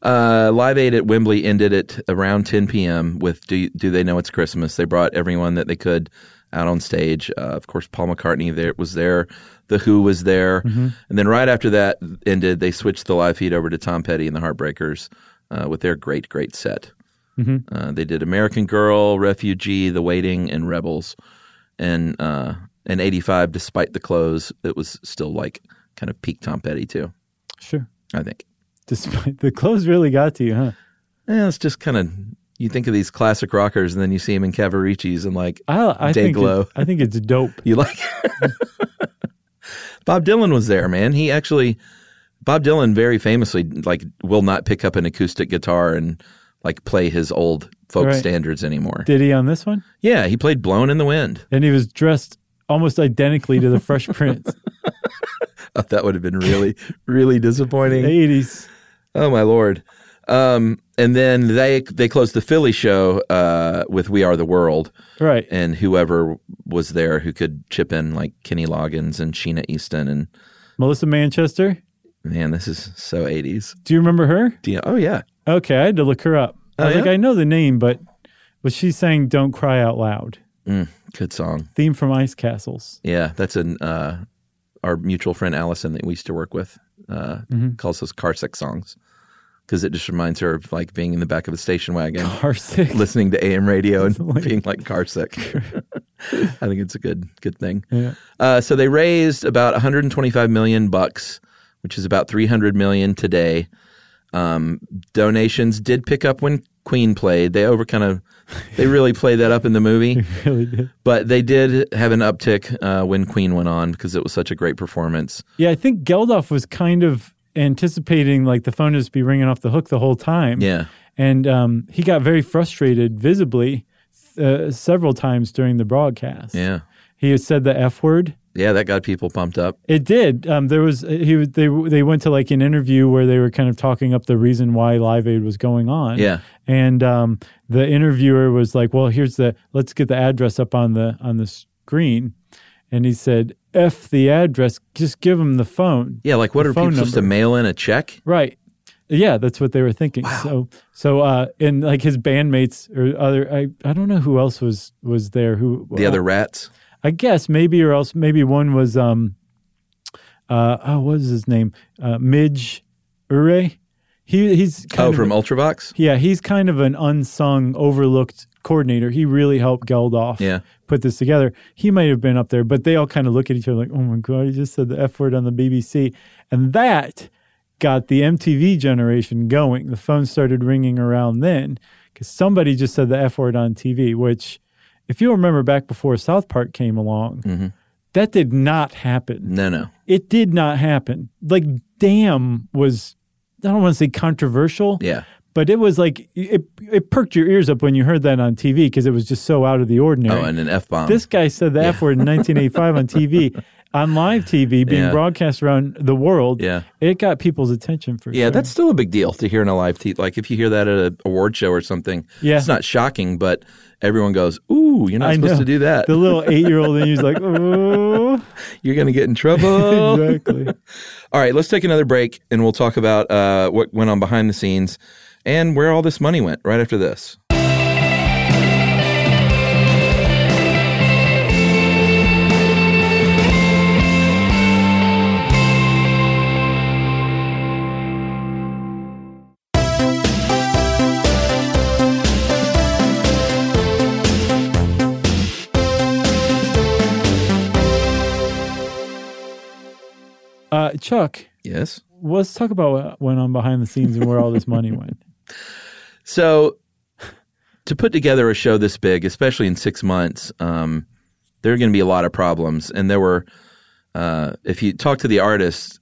Speaker 3: Uh, Live Aid at Wembley ended at around 10 p.m. with do, do They Know It's Christmas? They brought everyone that they could out on stage. Uh, of course, Paul McCartney there was there, The Who was there, and then right after that ended, they switched the live feed over to Tom Petty and the Heartbreakers uh, with their great, great set. Uh, they did American Girl, Refugee, The Waiting, and Rebels. And uh, in '85, despite the close, it was still like kind of peak Tom Petty too.
Speaker 2: Sure.
Speaker 3: I think.
Speaker 2: Despite the clothes really got to you, huh?
Speaker 3: Yeah, Eh, it's just kind of you think of these classic rockers, and then you see them in Cavaricis, and like
Speaker 2: I, I
Speaker 3: Day
Speaker 2: think it-
Speaker 3: glow.
Speaker 2: I think it's dope.
Speaker 3: you like. <laughs> Bob Dylan was there, man. He actually, Bob Dylan very famously like will not pick up an acoustic guitar and like play his old folk
Speaker 2: Right.
Speaker 3: standards anymore.
Speaker 2: Did he on this one?
Speaker 3: yeah, he played "Blown in the Wind." <laughs>
Speaker 2: and he was dressed almost identically to the Fresh
Speaker 3: <laughs>
Speaker 2: Prince,
Speaker 3: Oh, that would have been really, really disappointing.
Speaker 2: eighties.
Speaker 3: Oh my lord! Um, and then they they closed the Philly show uh, with "We Are the World."
Speaker 2: Right.
Speaker 3: and whoever was there who could chip in, like Kenny Loggins and Sheena Easton. And
Speaker 2: Melissa Manchester.
Speaker 3: man, this is so 80s.
Speaker 2: Do you remember her?
Speaker 3: Do you- oh, yeah.
Speaker 2: Okay, I had to look her up. I
Speaker 3: Oh,
Speaker 2: was like,
Speaker 3: yeah?
Speaker 2: I know the name, but was she sang "Don't Cry Out Loud"?
Speaker 3: Good song.
Speaker 2: Theme from Ice Castles.
Speaker 3: Yeah. That's an, uh, our mutual friend Allison that we used to work with uh, calls those car sex songs because it just reminds her of like being in the back of a station <laughs> wagon,
Speaker 2: Harsick.
Speaker 3: listening to AM
Speaker 2: <laughs>
Speaker 3: radio and
Speaker 2: Like-
Speaker 3: being like
Speaker 2: <laughs>
Speaker 3: car sick. I think it's a good, good thing.
Speaker 2: Yeah.
Speaker 3: Uh, so they raised about 125 million bucks, which is about 300 million today. Um, donations did pick up when Queen played. They over kind of, they really played that up in
Speaker 2: <laughs>
Speaker 3: the movie,
Speaker 2: <laughs> Really did.
Speaker 3: but they did have an uptick uh, when Queen went on because it was such a great performance.
Speaker 2: Yeah, I think Geldof was kind of anticipating like the phone just be ringing off the hook the whole time.
Speaker 3: Yeah,
Speaker 2: and um, he got very frustrated visibly uh, several times during the broadcast.
Speaker 3: yeah,
Speaker 2: He had said the f word.
Speaker 3: yeah. That got people pumped up.
Speaker 2: It did. Um, there was he was- they they went to like an interview where they were kind of talking up the reason why Live Aid was going on.
Speaker 3: Yeah.
Speaker 2: and um, the interviewer was like, "Well, here's the let's get the address up on the on the screen," and he said, "F the address, just give them the phone."
Speaker 3: Yeah, like what
Speaker 2: The
Speaker 3: are people
Speaker 2: phone
Speaker 3: supposed to
Speaker 2: number.
Speaker 3: mail in a check?
Speaker 2: Right. Yeah, that's what they were thinking. So, so, uh, and like his bandmates or other, I, I don't know who else was was there. Who
Speaker 3: The other rats.
Speaker 2: I guess maybe or else maybe one was um uh oh what is his name uh Midge Ure he he's kind
Speaker 3: Oh,
Speaker 2: of
Speaker 3: from Ultravox.
Speaker 2: yeah he's kind of an unsung overlooked coordinator he really helped Geldof
Speaker 3: Yeah.
Speaker 2: put this together he might have been up there but they all kind of look at each other like oh my god he just said the f word on the BBC and that got the MTV generation going the phone started ringing around then because somebody just said the f word on TV which if you remember back before South Park came along, that did not happen.
Speaker 3: No, no.
Speaker 2: It did not happen. Like, damn was, I don't want to say controversial.
Speaker 3: Yeah.
Speaker 2: But it was like, it, it perked your ears up when you heard that on TV because it was just so out of the ordinary.
Speaker 3: Oh, and an F bomb.
Speaker 2: this guy said the F word in 1985 on
Speaker 3: <laughs>
Speaker 2: TV, on live TV being
Speaker 3: Yeah.
Speaker 2: broadcast around the world.
Speaker 3: Yeah.
Speaker 2: It got people's attention for
Speaker 3: Yeah,
Speaker 2: sure.
Speaker 3: that's still a big deal to hear in a live t Like if you hear that at an award show or something,
Speaker 2: Yeah.
Speaker 3: it's not shocking, but everyone goes, "Ooh, you're not
Speaker 2: I
Speaker 3: supposed
Speaker 2: know.
Speaker 3: to do that.
Speaker 2: The
Speaker 3: <laughs>
Speaker 2: little eight year old and he's like, oh,
Speaker 3: you're going
Speaker 2: <laughs>
Speaker 3: to get in trouble."
Speaker 2: exactly.
Speaker 3: All right, let's take another break, and we'll talk about uh, what went on behind the scenes and where all this money went. Right after this.
Speaker 2: Uh, Chuck,
Speaker 3: Yes.
Speaker 2: let's talk about what went on behind the scenes and where all this money
Speaker 3: <laughs>
Speaker 2: went.
Speaker 3: So, to put together a show this big, especially in six months, um, there are going to be a lot of problems. And there were, uh, if you talk to the artists,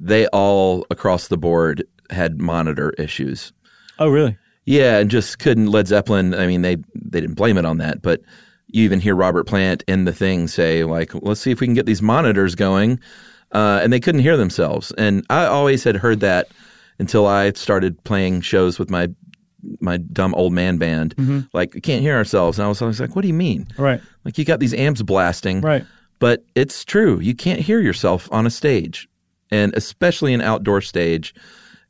Speaker 3: they all across the board had monitor issues.
Speaker 2: Oh, really?
Speaker 3: Yeah, and just couldn't Led Zeppelin. I mean, they they didn't blame it on that, but you even hear Robert Plant in the thing say like, "Let's see if we can get these monitors going," uh, and they couldn't hear themselves. And I always had heard that until I started playing shows with my my dumb old man band. Like, we can't hear ourselves, and I was always like, "What do you mean?"
Speaker 2: Mm-hmm. Right.
Speaker 3: Like, you got these amps blasting,
Speaker 2: Right.
Speaker 3: But it's true, you can't hear yourself on a stage, and especially an outdoor stage,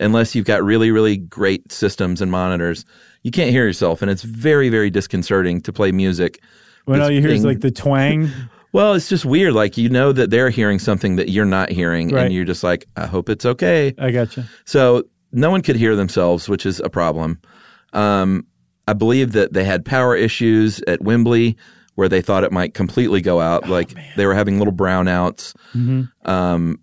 Speaker 3: unless you've got really, really great systems and monitors. You can't hear yourself, and it's very, very disconcerting to play music.
Speaker 2: When
Speaker 3: that's
Speaker 2: all you hear is
Speaker 3: being-
Speaker 2: like the twang.
Speaker 3: Well, it's just weird. Like you know that they're hearing something that you're not hearing,
Speaker 2: Right.
Speaker 3: and you're just like, I hope it's okay.
Speaker 2: I gotcha.
Speaker 3: So no one could hear themselves, which is a problem. Um, I believe that they had power issues at Wembley where they thought it might completely go out. like they were having little brownouts.
Speaker 2: Mm-hmm.
Speaker 3: Um,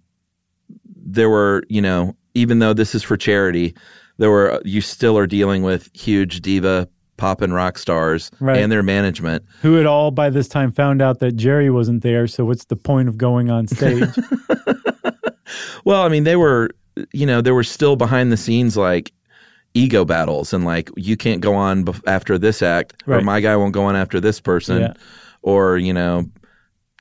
Speaker 3: there were, you know, even though this is for charity, there were you still are dealing with huge diva pop and rock stars
Speaker 2: Right.
Speaker 3: and their management.
Speaker 2: Who had all by this time found out that Jerry wasn't there. So what's the point of going on
Speaker 3: <laughs>
Speaker 2: stage?
Speaker 3: Well, I mean, they were, you know, there were still behind the scenes like ego battles and like you can't go on bef- after this act, or
Speaker 2: Right.
Speaker 3: my guy won't go on after this person,
Speaker 2: Yeah.
Speaker 3: or you know,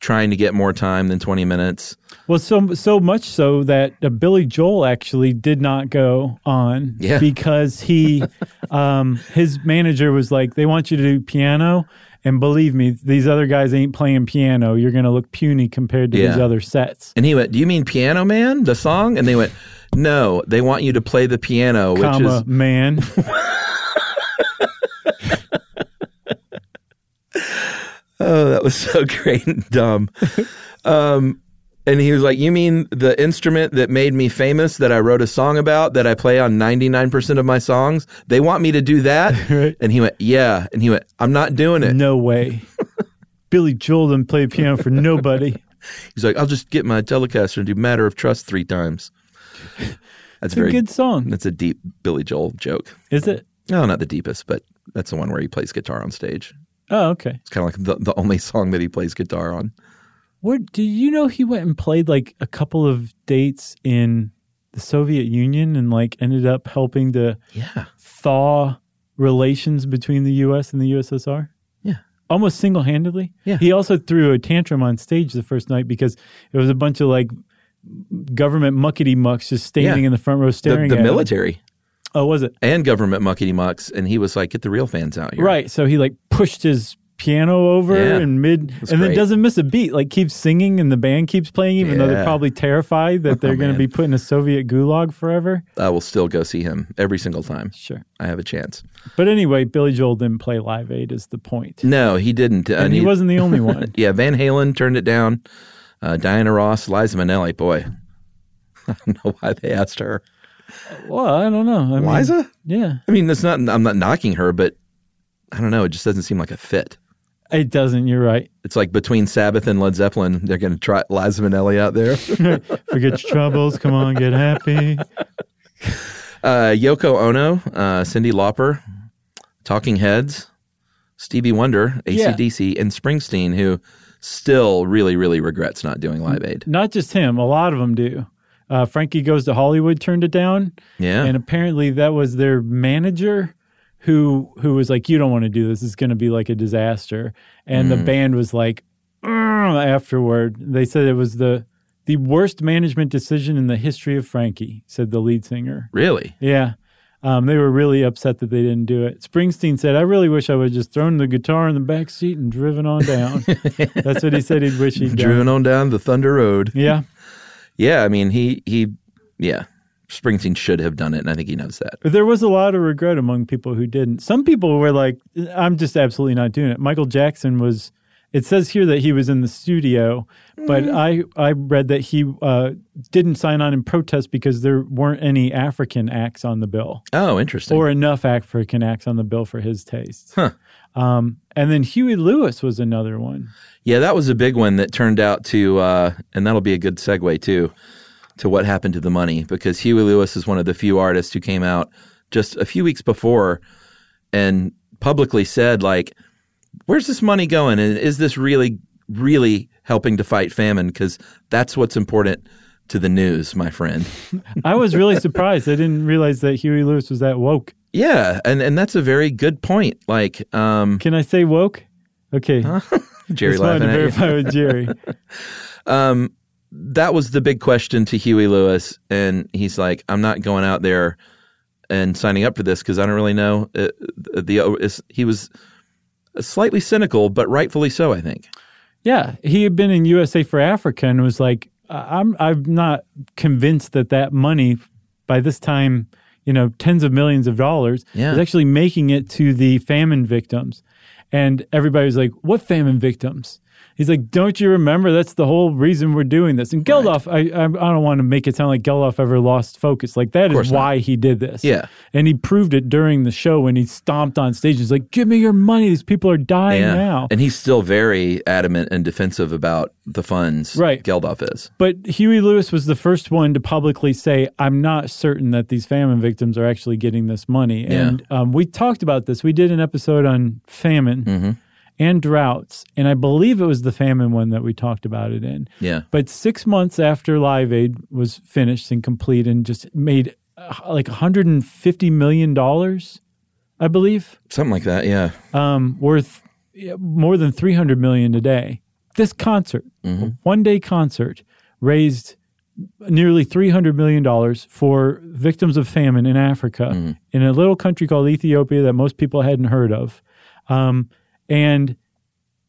Speaker 3: trying to get more time than twenty minutes.
Speaker 2: well, so so much so that uh, Billy Joel actually did not go on
Speaker 3: Yeah.
Speaker 2: because
Speaker 3: <laughs>
Speaker 2: he, um, his manager was like, they want you to do piano. And believe me, these other guys ain't playing piano. You're going to look puny compared to these
Speaker 3: Yeah.
Speaker 2: other sets.
Speaker 3: And he went, "Do you mean Piano Man, the song?" And they went, "No, they want you to play the piano, which
Speaker 2: Comma,
Speaker 3: is."
Speaker 2: man.
Speaker 3: Oh, <laughs> that was so great and dumb. um, and he was like, You mean the instrument that made me famous that I wrote a song about that I play on 99% of my songs? They want me to
Speaker 2: <laughs>
Speaker 3: do that?
Speaker 2: Right.
Speaker 3: And he went, Yeah. And he went, I'm not doing it.
Speaker 2: No way.
Speaker 3: <laughs>
Speaker 2: Billy Joel didn't play piano for nobody.
Speaker 3: He's like, I'll just get my Telecaster and do Matter of Trust
Speaker 2: <laughs>
Speaker 3: three times. That's
Speaker 2: It's a
Speaker 3: very
Speaker 2: good song,
Speaker 3: That's a deep Billy Joel joke.
Speaker 2: is it?
Speaker 3: No, not the deepest, but that's the one where he plays guitar on stage.
Speaker 2: Oh, okay.
Speaker 3: It's kind of like the, the only song that he plays guitar on.
Speaker 2: Where do you know he went and played like a couple of dates in the Soviet Union and like ended up helping to
Speaker 3: Yeah.
Speaker 2: thaw relations between the U.S. and the USSR?
Speaker 3: Yeah.
Speaker 2: almost single-handedly.
Speaker 3: Yeah.
Speaker 2: He also threw a tantrum on stage the first night because it was a bunch of like government muckety mucks just standing
Speaker 3: Yeah.
Speaker 2: in the front row
Speaker 3: The,
Speaker 2: staring
Speaker 3: the
Speaker 2: at him.
Speaker 3: military.
Speaker 2: Oh, was it?
Speaker 3: and government muckety mucks, and he was like, "Get the real fans out here."
Speaker 2: Right. So he like pushed his piano over
Speaker 3: Yeah.
Speaker 2: and mid and
Speaker 3: was
Speaker 2: then
Speaker 3: great.
Speaker 2: doesn't miss a beat, like keeps singing and the band keeps playing, even though they're
Speaker 3: Yeah. Oh,
Speaker 2: probably terrified
Speaker 3: <laughs>
Speaker 2: that they're gonna
Speaker 3: man.
Speaker 2: be put in a Soviet gulag forever.
Speaker 3: I will still go see him every single time
Speaker 2: Sure.
Speaker 3: I have a chance.
Speaker 2: But anyway, Billy Joel didn't play Live Aid is the point.
Speaker 3: No, he didn't. uh,
Speaker 2: And he wasn't
Speaker 3: <laughs>
Speaker 2: the only one.
Speaker 3: Yeah, Van Halen turned it down. Uh, Diana Ross, Liza Minnelli, boy, <laughs> I don't know why they asked her.
Speaker 2: well, I don't know. I mean,
Speaker 3: Liza?
Speaker 2: Yeah.
Speaker 3: I mean, that's not. I'm not knocking her, but I don't know. It just doesn't seem like a fit.
Speaker 2: It doesn't, you're right.
Speaker 3: It's like between Sabbath and Led Zeppelin, they're going to try Liza Minnelli
Speaker 2: <laughs>
Speaker 3: out there.
Speaker 2: Forget your troubles, come on, get
Speaker 3: <laughs>
Speaker 2: happy.
Speaker 3: uh, Yoko Ono, uh, Cindy Lauper, Talking Heads, Stevie Wonder,
Speaker 2: Yeah.
Speaker 3: ACDC, and Springsteen, who still really, really regrets not doing Live Aid.
Speaker 2: Not just him, a lot of them do. Uh, Frankie Goes to Hollywood turned it down.
Speaker 3: Yeah.
Speaker 2: And apparently that was their manager who who was like, You don't want to do this. It's going to be like a disaster. And the band was like, "Mm," afterward. They said it was the, the worst management decision in the history of Frankie, said the lead singer.
Speaker 3: Really?
Speaker 2: Yeah. Um, they were really upset that they didn't do it. Springsteen said, I really wish I would have just thrown the guitar in the back seat and driven on
Speaker 3: <laughs>
Speaker 2: down. That's what he said he'd wish he'd done.
Speaker 3: Driven on down the Thunder Road.
Speaker 2: Yeah.
Speaker 3: Yeah, I mean, he, he, yeah. Springsteen should have done it, and I think he knows that.
Speaker 2: But there was a lot of regret among people who didn't. Some people were like, I'm just absolutely not doing it. Michael Jackson was, it says here that he was in the studio, but
Speaker 3: Mm.
Speaker 2: I, I read that he uh, didn't sign on in protest because there weren't any African acts on the bill.
Speaker 3: Oh, interesting.
Speaker 2: or enough African acts on the bill for his taste. Um, and then Huey Lewis was another one.
Speaker 3: Yeah, that was a big one that turned out to, uh, and that'll be a good segue too, to what happened to the money because Huey Lewis is one of the few artists who came out just a few weeks before and publicly said, like, where's this money going? And is this really, really helping to fight famine? Because that's what's important to the news, my friend.
Speaker 2: I was
Speaker 3: <laughs>
Speaker 2: really surprised. I didn't realize that Huey Lewis was that woke.
Speaker 3: yeah, and, and that's a very good point. Like, um,
Speaker 2: Can I say woke? Okay.
Speaker 3: Jerry
Speaker 2: Just wanted to
Speaker 3: laughing at you.
Speaker 2: verify with
Speaker 3: <laughs>
Speaker 2: Jerry.
Speaker 3: that was the big question to Huey Lewis, and he's like, "I'm not going out there and signing up for this because I don't really know." Uh, the uh, is- he was slightly cynical, but rightfully so, I think.
Speaker 2: Yeah, he had been in USA for Africa and was like, I- "I'm I'm not convinced that that money by this time, you know, tens of millions of dollars
Speaker 3: Yeah.
Speaker 2: is actually making it to the famine victims." And everybody was like, "What famine victims?" He's like, "Don't you remember? That's the whole reason we're doing this." And Geldof, I, I I don't want to make it sound like Geldof ever lost focus. Like that
Speaker 3: course
Speaker 2: is
Speaker 3: not.
Speaker 2: why he did this.
Speaker 3: Yeah.
Speaker 2: and he proved it during the show when he stomped on stage. He's like, "Give me your money. These people are dying now."
Speaker 3: and he's still very adamant and defensive about the funds.
Speaker 2: Right.
Speaker 3: Geldof is.
Speaker 2: But Huey Lewis was the first one to publicly say, I'm not certain that these famine victims are actually getting this money.
Speaker 3: Yeah.
Speaker 2: And um, we talked about this. We did an episode on famine and droughts. And I believe it was the famine one that we talked about it in.
Speaker 3: Yeah.
Speaker 2: But six months after Live Aid was finished and complete and just made uh, like $150 million, I believe,
Speaker 3: Something like that. Yeah.
Speaker 2: um, worth yeah, more than 300 million today. This concert, one day concert, raised nearly 300 million dollars for victims of famine in Africa in a little country called Ethiopia that most people hadn't heard of. Um, and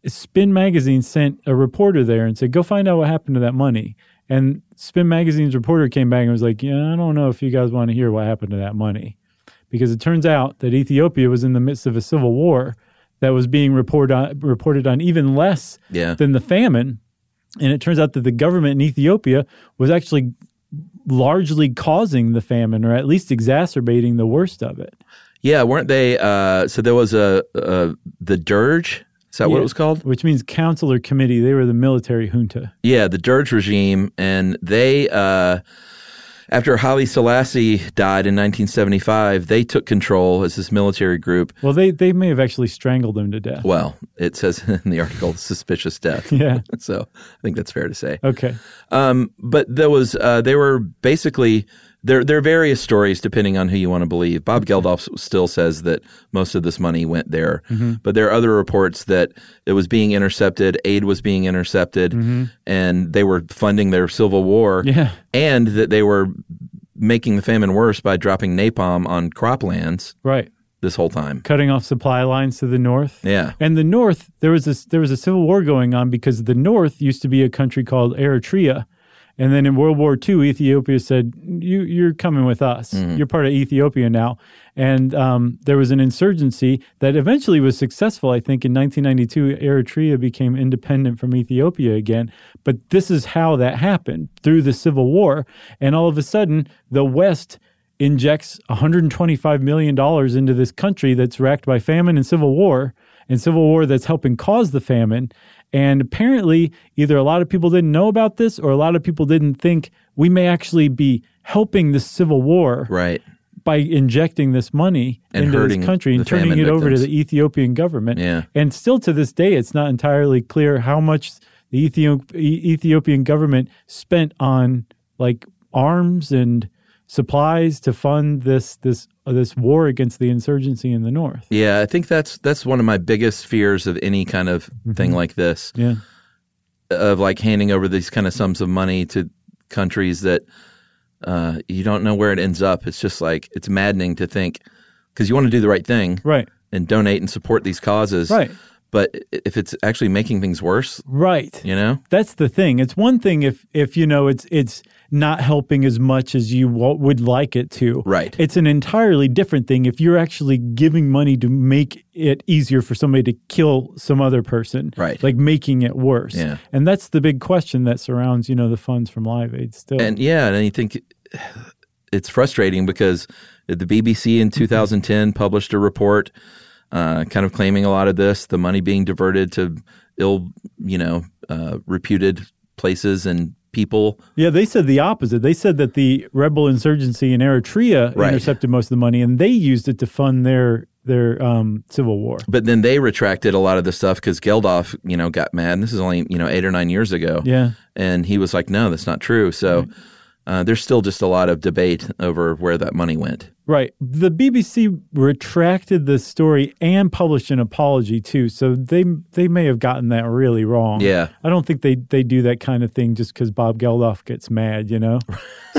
Speaker 2: Spin Magazine sent a reporter there and said, "Go find out what happened to that money." And Spin Magazine's reporter came back and was like, "Yeah, I don't know if you guys want to hear what happened to that money." because it turns out that Ethiopia was in the midst of a civil war that was being report on, reported on even less
Speaker 3: Yeah.
Speaker 2: than the famine. And it turns out that the government in Ethiopia was actually largely causing the famine or at least exacerbating the worst of it.
Speaker 3: Yeah. Weren't they? Uh, so there was a, a the dirge. Is that what it was called?
Speaker 2: Which means council or committee. They were the military junta.
Speaker 3: Yeah, the Dirge regime, and they, uh, after Haile Selassie died in 1975, they took control as this military group.
Speaker 2: Well, they, they may have actually strangled them to death. <laughs>
Speaker 3: Well, it says <laughs> in the article, suspicious death.
Speaker 2: Yeah.
Speaker 3: so I think that's fair to say.
Speaker 2: Okay.
Speaker 3: Um, but there was, uh, they were basically, there, there are various stories depending on who you want to believe. Bob Geldof s- still says that most of this money went there,
Speaker 2: Mm-hmm.
Speaker 3: but there are other reports that it was being intercepted, aid was being intercepted, and they were funding their civil war,
Speaker 2: Mm-hmm. Yeah.
Speaker 3: and that they were making the famine worse by dropping napalm on croplands
Speaker 2: Right.
Speaker 3: this whole time.
Speaker 2: Cutting off supply lines to the north.
Speaker 3: Yeah.
Speaker 2: And the North, there was this, there was a civil war going on because the North used to be a country called Eritrea, and then in World War II, Ethiopia said, "You you're coming with us. You're part of Ethiopia now." And um, there was an insurgency that eventually was successful. I think in 1992, Eritrea became independent from Ethiopia again. But this is how that happened through the civil war, and all of a sudden, the West injects 125 million dollars into this country that's racked by famine and civil war and civil war that's helping cause the famine and apparently either a lot of people didn't know about this or a lot of people didn't think we may actually be helping this civil war
Speaker 3: Right.
Speaker 2: by injecting this money
Speaker 3: And
Speaker 2: into
Speaker 3: hurting
Speaker 2: this country and
Speaker 3: the
Speaker 2: turning it
Speaker 3: famine
Speaker 2: over to
Speaker 3: victims.
Speaker 2: the Ethiopian government.
Speaker 3: Yeah.
Speaker 2: And still to this day, it's not entirely clear how much the Ethiop- E- Ethiopian government spent on like arms and supplies to fund this this uh, this war against the insurgency in the north.
Speaker 3: Yeah, I think that's that's one of my biggest fears of any kind of thing like this.
Speaker 2: Yeah.
Speaker 3: of like handing over these kind of sums of money to countries that uh, you don't know where it ends up. It's just like it's maddening to think because you want to do the right thing
Speaker 2: Right.
Speaker 3: and donate and support these causes,
Speaker 2: Right.
Speaker 3: But i- if it's actually making things worse,
Speaker 2: Right.
Speaker 3: you know,
Speaker 2: That's the thing. It's one thing if if you know it's it's not helping as much as you w- would like it to.
Speaker 3: Right.
Speaker 2: It's an entirely different thing if you're actually giving money to make it easier for somebody to kill some other person.
Speaker 3: Right.
Speaker 2: Like making it worse.
Speaker 3: Yeah.
Speaker 2: And that's the big question that surrounds you know the funds from Live Aid still.
Speaker 3: and yeah, and you think it's frustrating because the BBC in 2010 published a report. Uh, kind of claiming a lot of this, the money being diverted to ill, you know, uh, reputed places and people
Speaker 2: yeah, they said the opposite. They said that the rebel insurgency in Eritrea
Speaker 3: Right.
Speaker 2: intercepted most of the money, and they used it to fund their their um, civil war.
Speaker 3: but then they retracted a lot of the stuff because Geldof, you know, got mad. And this is only you know eight or nine years ago.
Speaker 2: Yeah.
Speaker 3: and he was like, "No, that's not true." So uh, there's still just a lot of debate over where that money went.
Speaker 2: Right. The BBC retracted the story and published an apology too, so they they may have gotten that really wrong.
Speaker 3: Yeah.
Speaker 2: I don't think they they do that kind of thing just because Bob Geldof gets mad, you
Speaker 3: <laughs>
Speaker 2: know.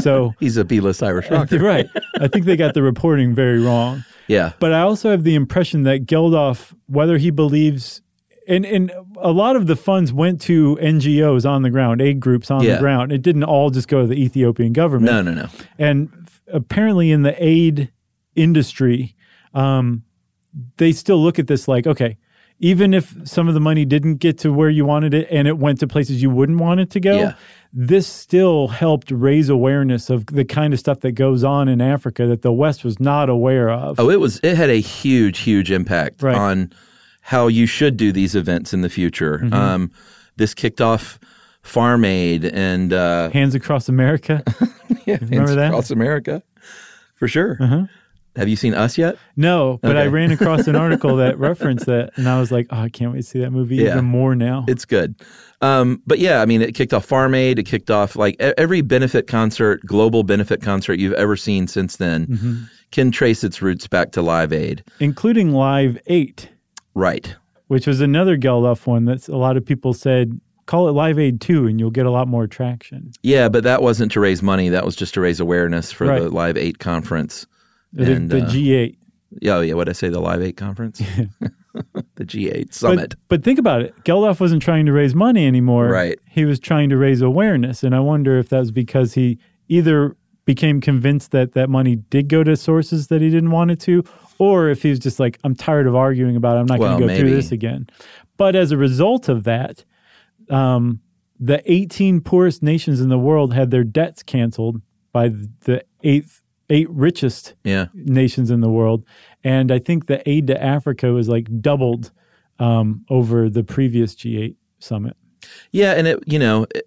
Speaker 2: So
Speaker 3: He's a B-list
Speaker 2: <laughs>
Speaker 3: Irish rocker.
Speaker 2: right, I think they got the reporting very wrong.
Speaker 3: Yeah,
Speaker 2: But I also have the impression that Geldof, whether he believes, and, and a lot of the funds went to NGOs on the ground, aid groups on
Speaker 3: Yeah.
Speaker 2: the ground. It didn't all just go to the Ethiopian government.
Speaker 3: no, no, no.
Speaker 2: And f- apparently, in the aid industry, um, they still look at this like, okay, even if some of the money didn't get to where you wanted it and it went to places you wouldn't want it to go,
Speaker 3: Yeah.
Speaker 2: this still helped raise awareness of the kind of stuff that goes on in Africa that the West was not aware of.
Speaker 3: Oh, it was. It had a huge, huge impact
Speaker 2: Right.
Speaker 3: on how you should do these events in the future.
Speaker 2: Mm-hmm.
Speaker 3: Um, this kicked off Farm Aid
Speaker 2: <laughs>
Speaker 3: and uh,
Speaker 2: Hands Across
Speaker 3: <laughs>
Speaker 2: America.
Speaker 3: yeah,
Speaker 2: Remember that? Uh-huh.
Speaker 3: across America for sure. Have you seen us yet?
Speaker 2: No, but I
Speaker 3: Okay.
Speaker 2: ran across
Speaker 3: <laughs>
Speaker 2: an article that referenced that, and I was like, oh, I can't wait to see that movie
Speaker 3: Yeah.
Speaker 2: even more now.
Speaker 3: it's good. Um, but yeah, I mean, it kicked off Farm Aid. It kicked off like e- every benefit concert, global benefit concert you've ever seen since then,
Speaker 2: Mm-hmm.
Speaker 3: can trace its roots back to Live Aid.
Speaker 2: Including Live 8.
Speaker 3: Right.
Speaker 2: which was another Geldof one that's a lot of people said call it Live Aid 2 and you'll get a lot more traction.
Speaker 3: Yeah, but that wasn't to raise money. That was just to raise awareness for
Speaker 2: Right.
Speaker 3: the Live Aid conference.
Speaker 2: The,
Speaker 3: And,
Speaker 2: the
Speaker 3: uh,
Speaker 2: G8
Speaker 3: Yeah, oh, yeah. What I say, the Live Aid conference, <laughs> the G8
Speaker 2: But,
Speaker 3: summit.
Speaker 2: but think about it. Geldof wasn't trying to raise money anymore.
Speaker 3: Right.
Speaker 2: He was trying to raise awareness and I wonder if that was because he either became convinced that that money did go to sources that he didn't want it to or if he was just like I'm tired of arguing about it. I'm not
Speaker 3: Well,
Speaker 2: going to go through
Speaker 3: maybe.
Speaker 2: this again. But as a result of that, um, the 18 poorest nations in the world had their debts canceled by the eighth, eight richest
Speaker 3: yeah,
Speaker 2: nations in the world. And I think the aid to Africa was like doubled um, over the previous G8 summit.
Speaker 3: yeah, and it you know. It,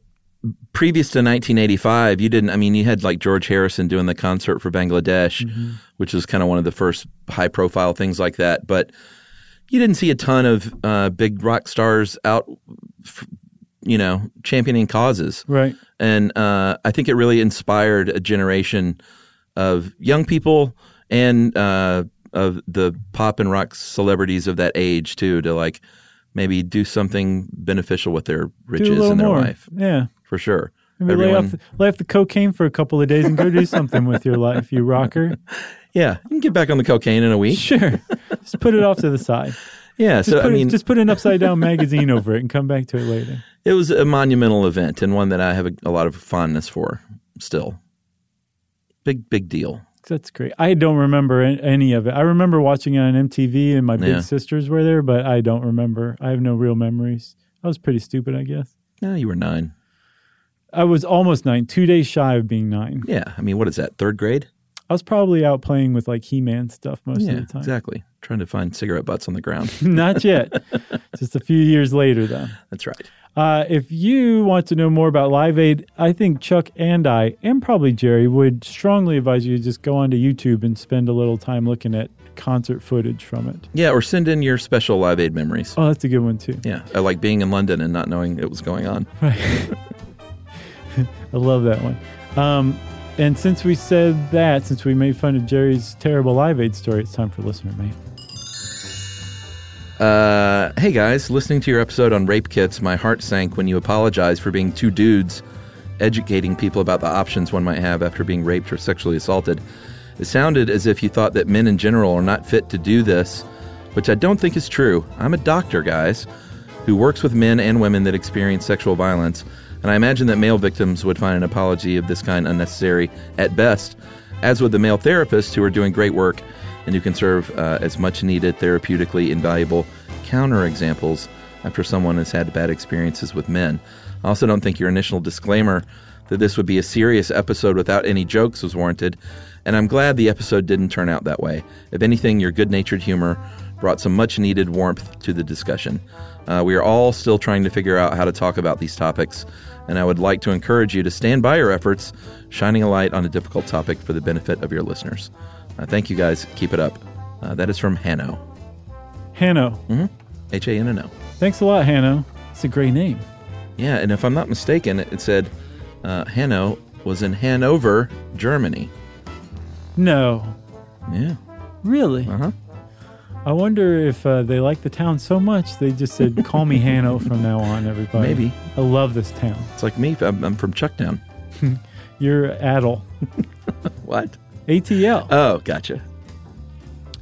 Speaker 3: Previous to 1985, you didn't. I mean, you had like George Harrison doing the concert for Bangladesh, which was kind of one of the first high profile things like that. But you didn't see a ton of uh, big rock stars out, f- you know, championing causes.
Speaker 2: Right.
Speaker 3: And uh, I think it really inspired a generation of young people and uh, of the pop and rock celebrities of that age, too, to like maybe do something beneficial with their
Speaker 2: Do a
Speaker 3: riches
Speaker 2: little
Speaker 3: in their
Speaker 2: more.
Speaker 3: life,
Speaker 2: Yeah.
Speaker 3: for sure.
Speaker 2: Maybe lay off, the, lay off the cocaine for a couple of days and go do something with your life, you
Speaker 3: <laughs>
Speaker 2: rocker.
Speaker 3: yeah, you can get back on the cocaine in a week.
Speaker 2: Sure. Just put it off to the side.
Speaker 3: Yeah,
Speaker 2: Just,
Speaker 3: so
Speaker 2: put,
Speaker 3: I
Speaker 2: it-
Speaker 3: mean,
Speaker 2: just put an upside down magazine over it and come back to it later.
Speaker 3: it was a monumental event and one that I have a, a lot of fondness for still. Big, big deal.
Speaker 2: That's great. I don't remember an- any of it. I remember watching it on MTV and my big
Speaker 3: Yeah.
Speaker 2: sisters were there, but I don't remember. I have no real memories. I was pretty stupid, I guess.
Speaker 3: No, you were nine.
Speaker 2: I was almost nine, two days shy of being nine.
Speaker 3: Yeah, I mean, what is that, third grade?
Speaker 2: I was probably out playing with like He Man stuff most
Speaker 3: yeah,
Speaker 2: of the time. <laughs>
Speaker 3: exactly. Trying to find cigarette butts on the ground. <laughs>
Speaker 2: Not yet. Just a few years later, though.
Speaker 3: That's right.
Speaker 2: Uh, if you want to know more about Live Aid, I think Chuck and I, and probably Jerry, would strongly advise you to just go onto YouTube and spend a little time looking at concert footage from it.
Speaker 3: Yeah, or send in your special Live Aid memories.
Speaker 2: Oh, that's a good one, too.
Speaker 3: Yeah, I like being in London and not knowing it was going on.
Speaker 2: I love that one. Um, and since we said that, since we made fun of Jerry's terrible Live Aid story, it's time for Listener Mail.
Speaker 3: Uh, hey guys, listening to your episode on rape kits, my heart sank when you apologized for being two dudes educating people about the options one might have after being raped or sexually assaulted. It sounded as if you thought that men in general are not fit to do this, which I don't think is true. I'm a doctor, guys, who works with men and women that experience sexual violence, and I imagine that male victims would find an apology of this kind unnecessary at best, as would the male therapists who are doing great work and who can serve uh, as much needed therapeutically invaluable counterexamples after someone has had bad experiences with men. I also don't think your initial disclaimer that this would be a serious episode without any jokes was warranted, and I'm glad the episode didn't turn out that way. If anything, your good natured humor brought some much needed warmth to the discussion. Uh, we are all still trying to figure out how to talk about these topics, and I would like to encourage you to stand by your efforts, shining a light on a difficult topic for the benefit of your listeners. Uh, thank you guys. Keep it up. Uh, that is from Hanno. Mm-hmm.
Speaker 2: Hanno.
Speaker 3: H A N N O.
Speaker 2: Thanks a lot, Hanno. It's a great name.
Speaker 3: Yeah, and if I'm not mistaken, it, it said uh, Hanno was in Hanover, Germany.
Speaker 2: No.
Speaker 3: Yeah.
Speaker 2: Really?
Speaker 3: Uh huh.
Speaker 2: I wonder if uh, they like the town so much they just said, "Call me
Speaker 3: <laughs>
Speaker 2: Hanno from now on, everybody."
Speaker 3: Maybe.
Speaker 2: I love this town.
Speaker 3: It's like me. I'm, I'm from Chucktown.
Speaker 2: You're Adel,
Speaker 3: What?
Speaker 2: ATL.
Speaker 3: Oh, gotcha.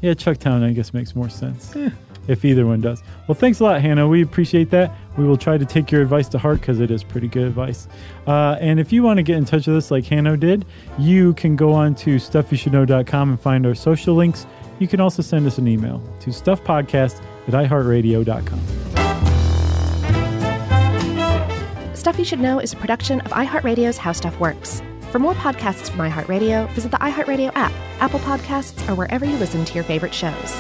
Speaker 2: yeah, Chucktown, I guess makes more sense.
Speaker 3: eh.
Speaker 2: If either one does. Well, thanks a lot, Hannah. We appreciate that. We will try to take your advice to heart because it is pretty good advice. Uh, and if you want to get in touch with us like Hannah did, you can go on to stuffyoushouldknow.com and find our social links. You can also send us an email to stuffpodcast at iheartradio.com.
Speaker 1: Stuff You Should Know is a production of iHeartRadio's How Stuff Works. For more podcasts from iHeartRadio, visit the iHeartRadio app, Apple Podcasts, or wherever you listen to your favorite shows.